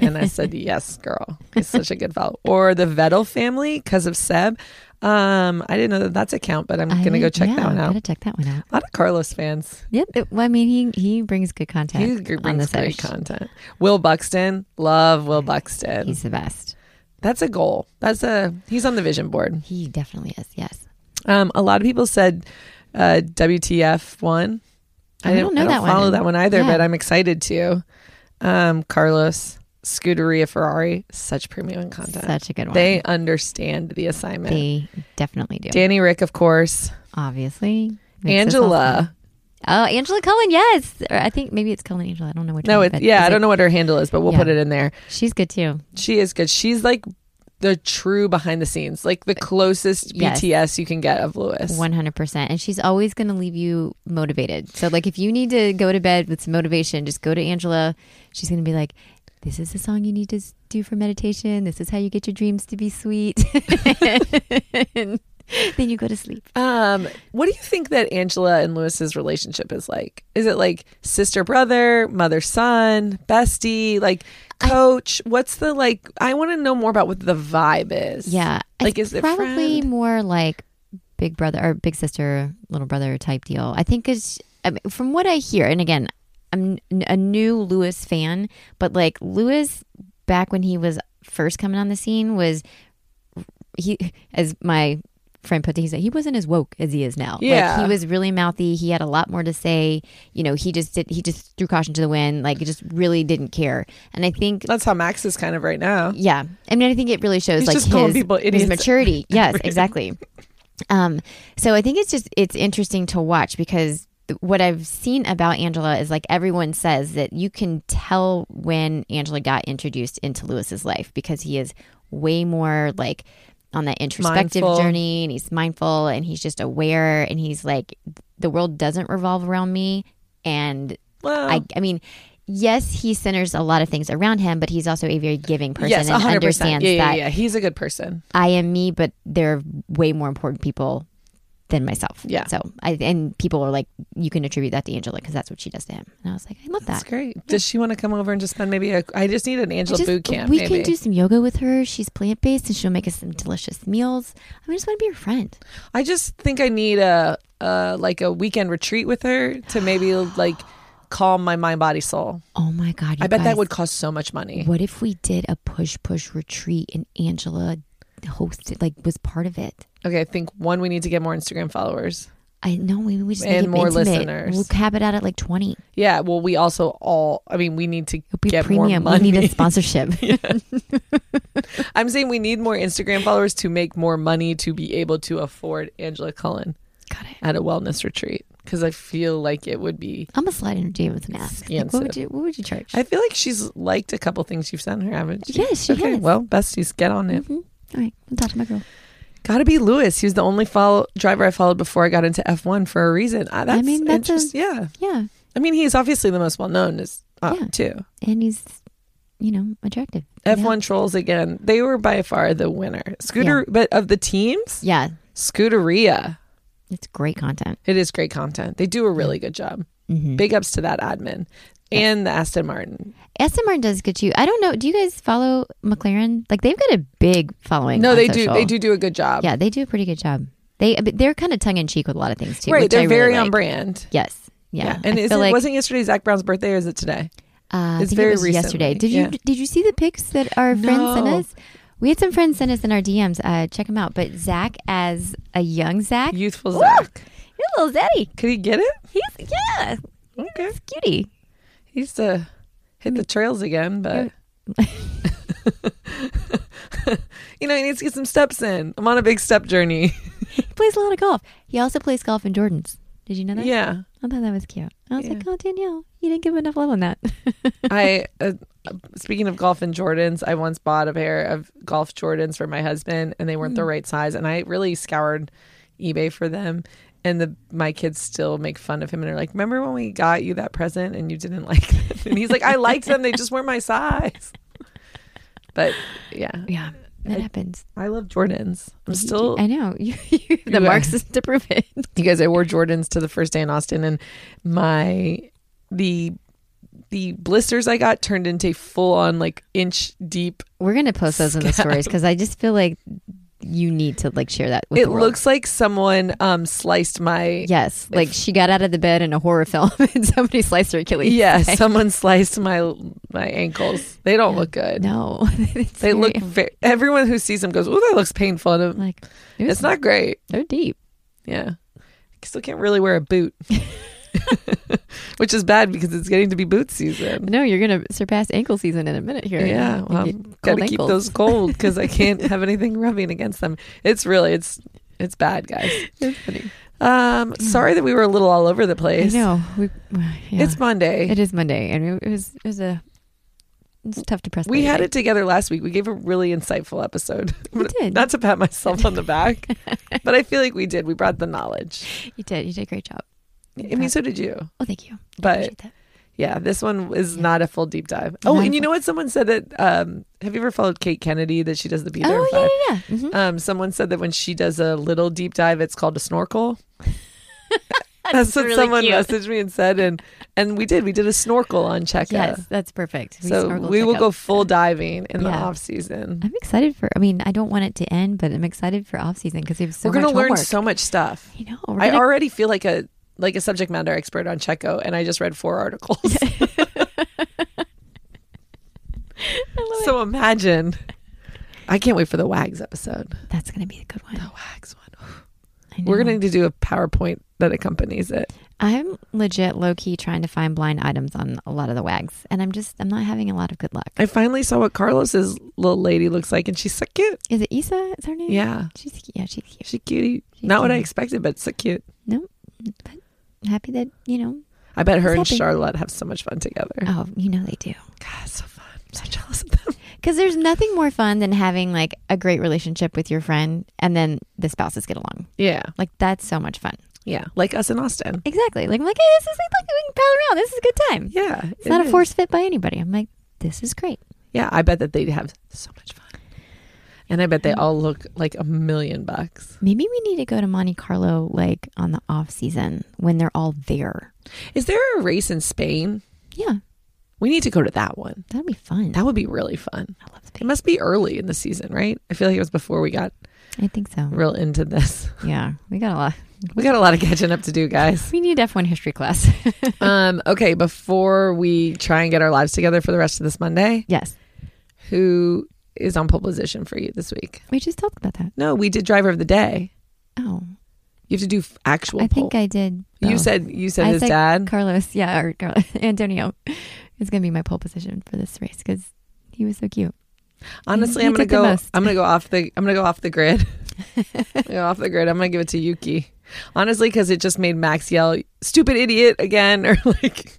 S1: and I said [LAUGHS] yes, girl. It's such a good follow. Or the Vettel family because of Seb. Um, I didn't know that that's a count, but I'm
S2: I
S1: gonna go
S2: didn't-
S1: check
S2: yeah,
S1: that one out.
S2: Gotta check that one out.
S1: A lot of Carlos fans.
S2: Yep. It- well, I mean, he he brings good content.
S1: He
S2: on
S1: brings
S2: this
S1: great
S2: edge.
S1: content. Will Buxton, love Will Buxton.
S2: He's the best.
S1: that's a goal. That's a he's on the vision board.
S2: He definitely is. Yes.
S1: Um, a lot of people said uh, WTF one.
S2: I don't know
S1: I don't
S2: that one.
S1: follow that one either,
S2: Yeah.
S1: but I'm excited to. Um, Carlos Scuderia Ferrari, such premium content.
S2: Such a good one.
S1: they understand the assignment.
S2: They definitely do.
S1: Danny Rick, of course.
S2: Obviously. Makes us all smile.
S1: Angela.
S2: Oh, Angela Cullen. Yes. Or I think maybe it's Cullen Angela. I don't know which
S1: No,
S2: one.
S1: it,
S2: but
S1: yeah,
S2: it's
S1: I don't
S2: like-
S1: know what her handle is, but we'll
S2: Yeah.
S1: put it in there.
S2: She's good too.
S1: She is good. She's like the true behind the scenes, like the closest
S2: Yes.
S1: BTS you can get of Lewis.
S2: One hundred percent, and she's always going to leave you motivated. So, like, if you need to go to bed with some motivation, just go to Angela. She's going to be like, "This is the song you need to s- do for meditation. This is how you get your dreams to be sweet." [LAUGHS] and then you go to sleep.
S1: Um, what do you think that Angela and Lewis's relationship is like? Is it like sister brother, mother son, bestie, like coach? What's the like? I want to know more about what the vibe is.
S2: Yeah,
S1: Like, is it
S2: probably
S1: friend?
S2: more like big brother or big sister, little brother type deal. I think is I mean, from what I hear, and again, I'm n- a new Lewis fan, but like Lewis back when he was first coming on the scene was he as my friend put it, he said he wasn't as woke as he is now.
S1: Yeah.
S2: like, he was really mouthy. He had a lot more to say. You know, he just did. He just threw caution to the wind. Like, he just really didn't care. And I think
S1: That's how Max is kind of right now.
S2: yeah. I mean, I think it really shows
S1: He's
S2: like
S1: just calling
S2: his,
S1: people idiots. [LAUGHS]
S2: his maturity. Yes, exactly. Um, so I think it's just it's interesting to watch because th- what I've seen about Angela is like everyone says that you can tell when Angela got introduced into Lewis's life because he is way more like on that introspective
S1: Mindful.
S2: journey and he's mindful and he's just aware and he's like the world doesn't revolve around me and
S1: Well,
S2: I, I mean, yes, he centers a lot of things around him, but he's also a very giving person
S1: yes,
S2: and
S1: 100%.
S2: understands
S1: yeah, yeah,
S2: that
S1: yeah. He's a good person.
S2: I am me, but there are way more important people than myself.
S1: Yeah.
S2: So, I, and people are like, you can attribute that to Angela because that's what she does to him. And I was like, I love
S1: That's
S2: that.
S1: great. Does she want to come over and just spend maybe a? I just need an
S2: I
S1: Angela
S2: just-
S1: boot camp.
S2: we
S1: maybe.
S2: can do some yoga with her. She's plant based and she'll make us some delicious meals. I mean, I just want to be her friend.
S1: I just think I need a, a like a weekend retreat with her to maybe like calm my mind, body, soul.
S2: Oh my God. You
S1: I bet
S2: guys,
S1: that would cost so much money.
S2: What if we did a push push retreat and Angela hosted, like, was part of it?
S1: Okay, I think one we need to get more Instagram followers.
S2: I know. Maybe we just
S1: And
S2: make it
S1: more
S2: intimate.
S1: listeners.
S2: We'll cap it out at like twenty.
S1: Yeah, well, we also all. I mean, we need to [LAUGHS]
S2: It'll be
S1: get
S2: premium.
S1: more
S2: We
S1: money. [LAUGHS]
S2: need a sponsorship.
S1: I'm saying we need more Instagram followers to make more money to be able to afford Angela Cullen
S2: Got it.
S1: at a wellness retreat because I feel like it would be.
S2: I'm a slide in her DM with an ask. Like, what would you What would you charge?
S1: I feel like she's liked a couple things you've sent her, haven't you?
S2: yes, she
S1: okay,
S2: has.
S1: well, besties, get on it.
S2: Mhm. All right, I'll talk to my girl.
S1: Gotta be Lewis. He was the only follow- driver I followed before I got into F1 for a reason. I, that's
S2: mean, that's a-
S1: interest- yeah.
S2: Yeah,
S1: I mean, he's obviously the most well known is uh,
S2: Yeah.
S1: too.
S2: and he's, you know, attractive.
S1: F1 trolls again. They were by far the winner. Scooter, but of the teams,
S2: Yeah. yeah,
S1: Scuderia.
S2: it's great content.
S1: It is great content. They do a really good job.
S2: Mm-hmm.
S1: Big ups to that admin and the Aston Martin.
S2: Aston Martin does good too. I don't know. Do you guys follow McLaren? Like they've got a big following.
S1: No,
S2: on
S1: they do.
S2: social.
S1: They do do a good job.
S2: Yeah, they do a pretty good job. They but they're kind of tongue in cheek with a lot of things too.
S1: right.
S2: which
S1: They're
S2: I really
S1: very
S2: like.
S1: on brand.
S2: Yes. Yeah.
S1: And
S2: I
S1: is it,
S2: feel like-
S1: wasn't yesterday Zach Brown's birthday or is it today?
S2: Uh, I
S1: It's
S2: think
S1: very
S2: it was yesterday.
S1: recently,
S2: Did you
S1: yeah.
S2: did you see the pics that our friends sent
S1: No.
S2: us? We had some friends send us in our DMs. Uh, check them out. But Zach as a young Zach,
S1: Youthful
S2: Woo!
S1: Zach.
S2: He's a little zaddy.
S1: Could he get it?
S2: He's yeah,
S1: Okay.
S2: he's cutie.
S1: He used to hit the trails again, but [LAUGHS] you know, he needs to get some steps in. I'm on a big step journey.
S2: He plays a lot of golf. He also plays golf in Jordans. Did you know that?
S1: yeah.
S2: I thought that was cute. I was
S1: Yeah.
S2: like, oh Danielle, you didn't give enough love on that.
S1: I uh, speaking of golf and Jordans, I once bought a pair of golf Jordans for my husband, and they weren't the right size, and I really scoured eBay for them. And the my kids still make fun of him, and they're like, "Remember when we got you that present and you didn't [LAUGHS] like them?" And he's like, "I liked them; they just weren't my size." But yeah,
S2: [LAUGHS] yeah, that happens.
S1: I love Jordans. I'm still
S2: I know [LAUGHS] you. you have the
S1: Yeah.
S2: marks is [LAUGHS] to prove
S1: [LAUGHS]
S2: it.
S1: you guys, I wore Jordans to the first day in Austin, and my the the blisters I got turned into full on like inch deep.
S2: We're gonna post those in the stories because I just feel like you need to like share that. with
S1: it
S2: the world.
S1: looks like someone um sliced my
S2: Yes, like she got out of the bed in a horror film [LAUGHS] and somebody sliced her Achilles. [LAUGHS]
S1: yeah. Someone sliced my my ankles. They don't look good.
S2: No, [LAUGHS] It's
S1: They
S2: very-
S1: look very, everyone who sees them goes, "Oh, that looks painful." And I'm-
S2: like it was
S1: it's not great.
S2: so deep.
S1: Yeah, I still can't really wear a
S2: [LAUGHS]
S1: boot, [LAUGHS] which is bad because it's getting to be boot season.
S2: No, you're gonna surpass ankle season in a minute here.
S1: Yeah,
S2: You
S1: well,
S2: get
S1: I'm gotta
S2: cold
S1: keep
S2: ankles.
S1: those cold because I
S2: [LAUGHS]
S1: can't have anything rubbing against them. It's really it's it's bad, guys.
S2: That's funny. Mm.
S1: Um, sorry that we were a little all over the
S2: I
S1: place.
S2: know. We, yeah.
S1: It's Monday.
S2: it is Monday, and it was it was a it's tough to press.
S1: we had it together last week. We gave a really insightful episode.
S2: We
S1: [LAUGHS]
S2: did.
S1: Not to pat myself on the
S2: [LAUGHS]
S1: back, but I feel like we did. We brought the knowledge.
S2: You did. You did a great job.
S1: I mean, so did you.
S2: Oh, thank you. I
S1: But
S2: appreciate that.
S1: yeah, this one is
S2: Yeah.
S1: not a full deep dive.
S2: Not
S1: Oh,
S2: a
S1: and you
S2: full-
S1: know what? Someone said that. Um, have you ever followed Kate Kennedy? That she does the Be There
S2: Oh
S1: Five?
S2: yeah, yeah, yeah. Mhm. [LAUGHS]
S1: Um, someone said that when she does a little deep dive, it's called a snorkel. That's what
S2: really
S1: someone
S2: cute.
S1: messaged me and said, and and we did. We did a snorkel on Cheka.
S2: Yes, that's perfect.
S1: so
S2: snorkeled
S1: we will
S2: checkup.
S1: go full diving in the
S2: Yeah.
S1: off season.
S2: I'm excited for. I mean, I don't want it to end, but I'm excited for off season because we have so
S1: we're gonna
S2: much
S1: learn
S2: homework.
S1: so much stuff.
S2: I know. We're
S1: I
S2: gonna-
S1: already feel like a like a subject matter expert on Checo, and I just read four articles. [LAUGHS] so imagine. I can't wait for the Wags episode.
S2: that's gonna be a good one. Oh,
S1: The Wags one.
S2: I know.
S1: We're gonna need to do a PowerPoint that accompanies it.
S2: I'm legit low key trying to find blind items on a lot of the wags, and I'm just I'm not having a lot of good luck.
S1: I finally saw what Carlos's little lady looks like, and she's so cute.
S2: Is it Issa? Is her name?
S1: Yeah,
S2: She's cu- yeah, she's cute.
S1: she's cutie.
S2: She's
S1: Not what I
S2: cute.
S1: expected, but so cute.
S2: Happy that you know.
S1: I bet her
S2: It's
S1: and
S2: happening.
S1: Charlotte have so much fun together.
S2: Oh, you know they do.
S1: God, so fun. I'm so jealous of them.
S2: Because there's nothing more fun than having like a great relationship with your friend, and then the spouses get along.
S1: Yeah,
S2: Like that's so much fun.
S1: yeah, like us in Austin.
S2: Exactly. Like I'm like, hey, this is like we can pal around. This is a good time.
S1: Yeah,
S2: It's not a forced fit by anybody. I'm like, this is great.
S1: Yeah, I bet that they have so much fun. And I bet they all look like a million bucks.
S2: Maybe we need to go to Monte Carlo like on the off season when they're all there.
S1: Is there a race in Spain?
S2: Yeah,
S1: We need to go to that one.
S2: that'd be fun.
S1: That would be really fun.
S2: I love
S1: It
S2: Spain.
S1: must be early in the season, right? I feel like it was before we got
S2: I think
S1: [LAUGHS]
S2: so.
S1: real into this.
S2: Yeah, we got a lot.
S1: We got a lot of catching up to do, guys.
S2: We need F1 history class. [LAUGHS]
S1: Um, okay, before we try and get our lives together for the rest of this Monday,
S2: yes,
S1: who is on pole position for you this week?
S2: we just talked about that.
S1: No, we did driver of the day.
S2: Oh,
S1: You have to do f- actual.
S2: I think
S1: poll.
S2: I did.
S1: you
S2: both.
S1: said you said
S2: I
S1: his
S2: said
S1: dad.
S2: Carlos. Yeah, or Carlos. [LAUGHS] Antonio is going to be my pole position for this race because he was so cute.
S1: Honestly,
S2: He
S1: I'm gonna
S2: did the
S1: go.
S2: most.
S1: I'm gonna go off the. I'm gonna go off the grid. [LAUGHS] I'm gonna go off the grid. I'm gonna give it to Yuki. Honestly, because it just made Max yell "stupid idiot" again, [LAUGHS] or like.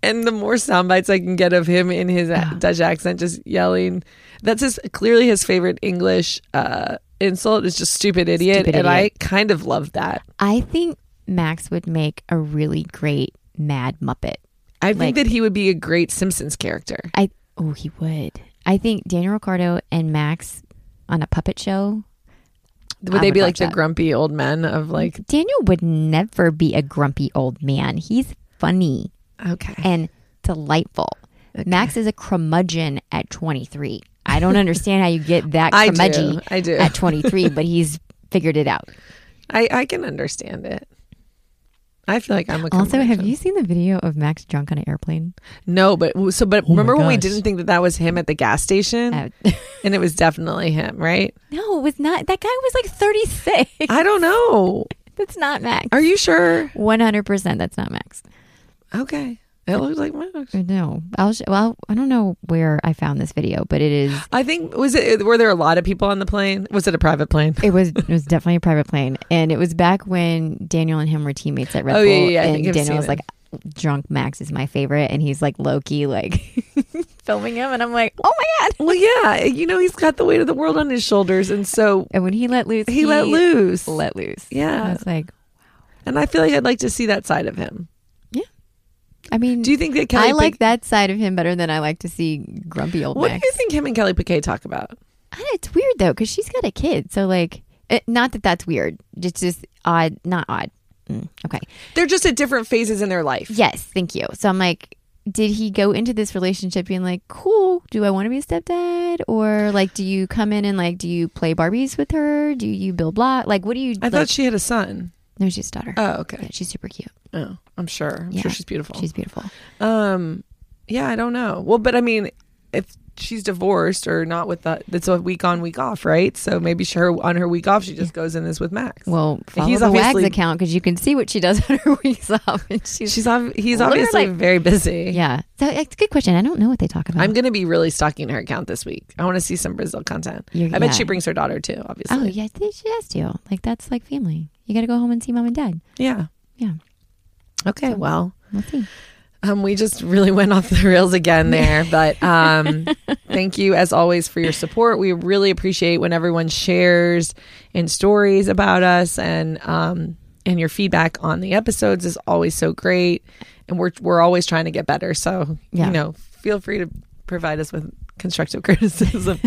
S1: And the more sound bites I can get of him in his a-
S2: Ah.
S1: Dutch accent, just yelling. That's his clearly his favorite English uh, insult is just "stupid idiot,"
S2: Stupid
S1: and
S2: idiot.
S1: I kind of love that.
S2: I think Max would make a really great Mad Muppet.
S1: I think
S2: Like-
S1: that he would be a great Simpsons character.
S2: I oh he would. I think Daniel Ricardo and Max on a puppet show.
S1: Would
S2: I
S1: they
S2: would
S1: be
S2: love
S1: like the
S2: that.
S1: grumpy old men of like?
S2: Daniel would never be a grumpy old man. He's funny
S1: Okay,
S2: and delightful. Max is a curmudgeon at 23. I don't understand how you get
S1: [LAUGHS]
S2: that
S1: I
S2: curmudgy
S1: do. I do.
S2: at 23, but he's figured
S1: [LAUGHS]
S2: it out.
S1: I, I can understand it. I feel like I'm a
S2: Also, have
S1: conversion.
S2: you seen the video of Max drunk on an airplane?
S1: No, but so but
S2: Oh my
S1: remember when we
S2: gosh.
S1: didn't think that that was him at the gas station,
S2: Uh, [LAUGHS]
S1: and it was definitely him, right?
S2: no, it was not. That guy was like 36.
S1: I don't know.
S2: [LAUGHS] That's not Max.
S1: Are you sure?
S2: 100% that's not Max.
S1: Okay, it looks like Max.
S2: Uh, No, I'll sh- well, I don't know where I found this video, but it is.
S1: I think was it were there a lot of people on the plane? Was it a private plane?
S2: It was it was definitely a private plane, and it was back when Daniel and him were teammates at Red
S1: Oh,
S2: Bull.
S1: yeah, yeah, I
S2: and
S1: think I've
S2: Daniel
S1: seen
S2: was
S1: it.
S2: like, "Drunk Max is my favorite," and he's like low key like [LAUGHS] filming him, and I'm like, "Oh my god!"
S1: Well, yeah, you know he's got the weight of the world on his shoulders, and so
S2: And when he let loose,
S1: he, let loose.
S2: Let loose. And I
S1: yeah,
S2: was like,
S1: and I feel like I'd like to see that side of him.
S2: I mean,
S1: Do you think that Kelly?
S2: I like
S1: Pic-
S2: that side of him better than I like to see grumpy old
S1: What
S2: Max.
S1: do you think him and Kelly Piquet talk about?
S2: And it's weird though, because she's got a kid, so like, it, not that that's weird. It's just odd, not odd. Mm, okay.
S1: They're just at different phases in their life.
S2: Yes, thank you. So I'm like, did he go into this relationship being like, cool, do I want to be a stepdad? Or like, do you come in and like, do you play Barbies with her? Do you build blah? Like, what do you,
S1: I
S2: like,
S1: thought she had a son.
S2: no, she's a daughter.
S1: Oh,
S2: Yeah,
S1: okay.
S2: she's super cute.
S1: Oh, I'm sure. I'm
S2: Yeah.
S1: sure she's beautiful.
S2: She's beautiful.
S1: um, yeah, I don't know. Well, but I mean, if she's divorced or not with that, that's a week on, week off, right? So maybe she, her on her week off, she just goes in this with Max.
S2: Well, follow
S1: He's
S2: the Wags
S1: obviously-
S2: account because you can see what she does [LAUGHS] on her weeks off. And she's,
S1: she's ob- he's
S2: Look at her
S1: obviously
S2: life.
S1: very busy.
S2: yeah. So it's a good question. I don't know what they talk about.
S1: I'm gonna be really stalking her account this week. I want to see some Brazil content.
S2: You're-
S1: I bet
S2: yeah.
S1: she brings her daughter too. Obviously.
S2: Oh, yeah, I think she has to. Like, that's like family. You got to go home and see mom and dad.
S1: Yeah.
S2: Yeah.
S1: Okay.
S2: So-
S1: Well.
S2: We'll see.
S1: Um, we just really went off the rails again there, but um, thank you as always for your support. We really appreciate when everyone shares and stories about us, and um, and your feedback on the episodes is always so great. And we're we're always trying to get better, so
S2: Yeah.
S1: you know, feel free to provide us [LAUGHS] with constructive criticism,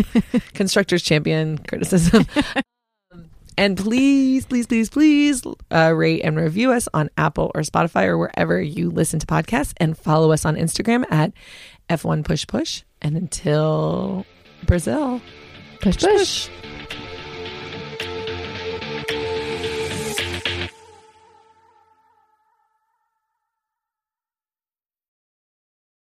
S1: constructors champion criticism. And please, please, please, please uh, rate and review us on Apple or Spotify or wherever you listen to podcasts and follow us on Instagram at F1 Push Push. And until Brazil,
S2: Push, push.
S1: push.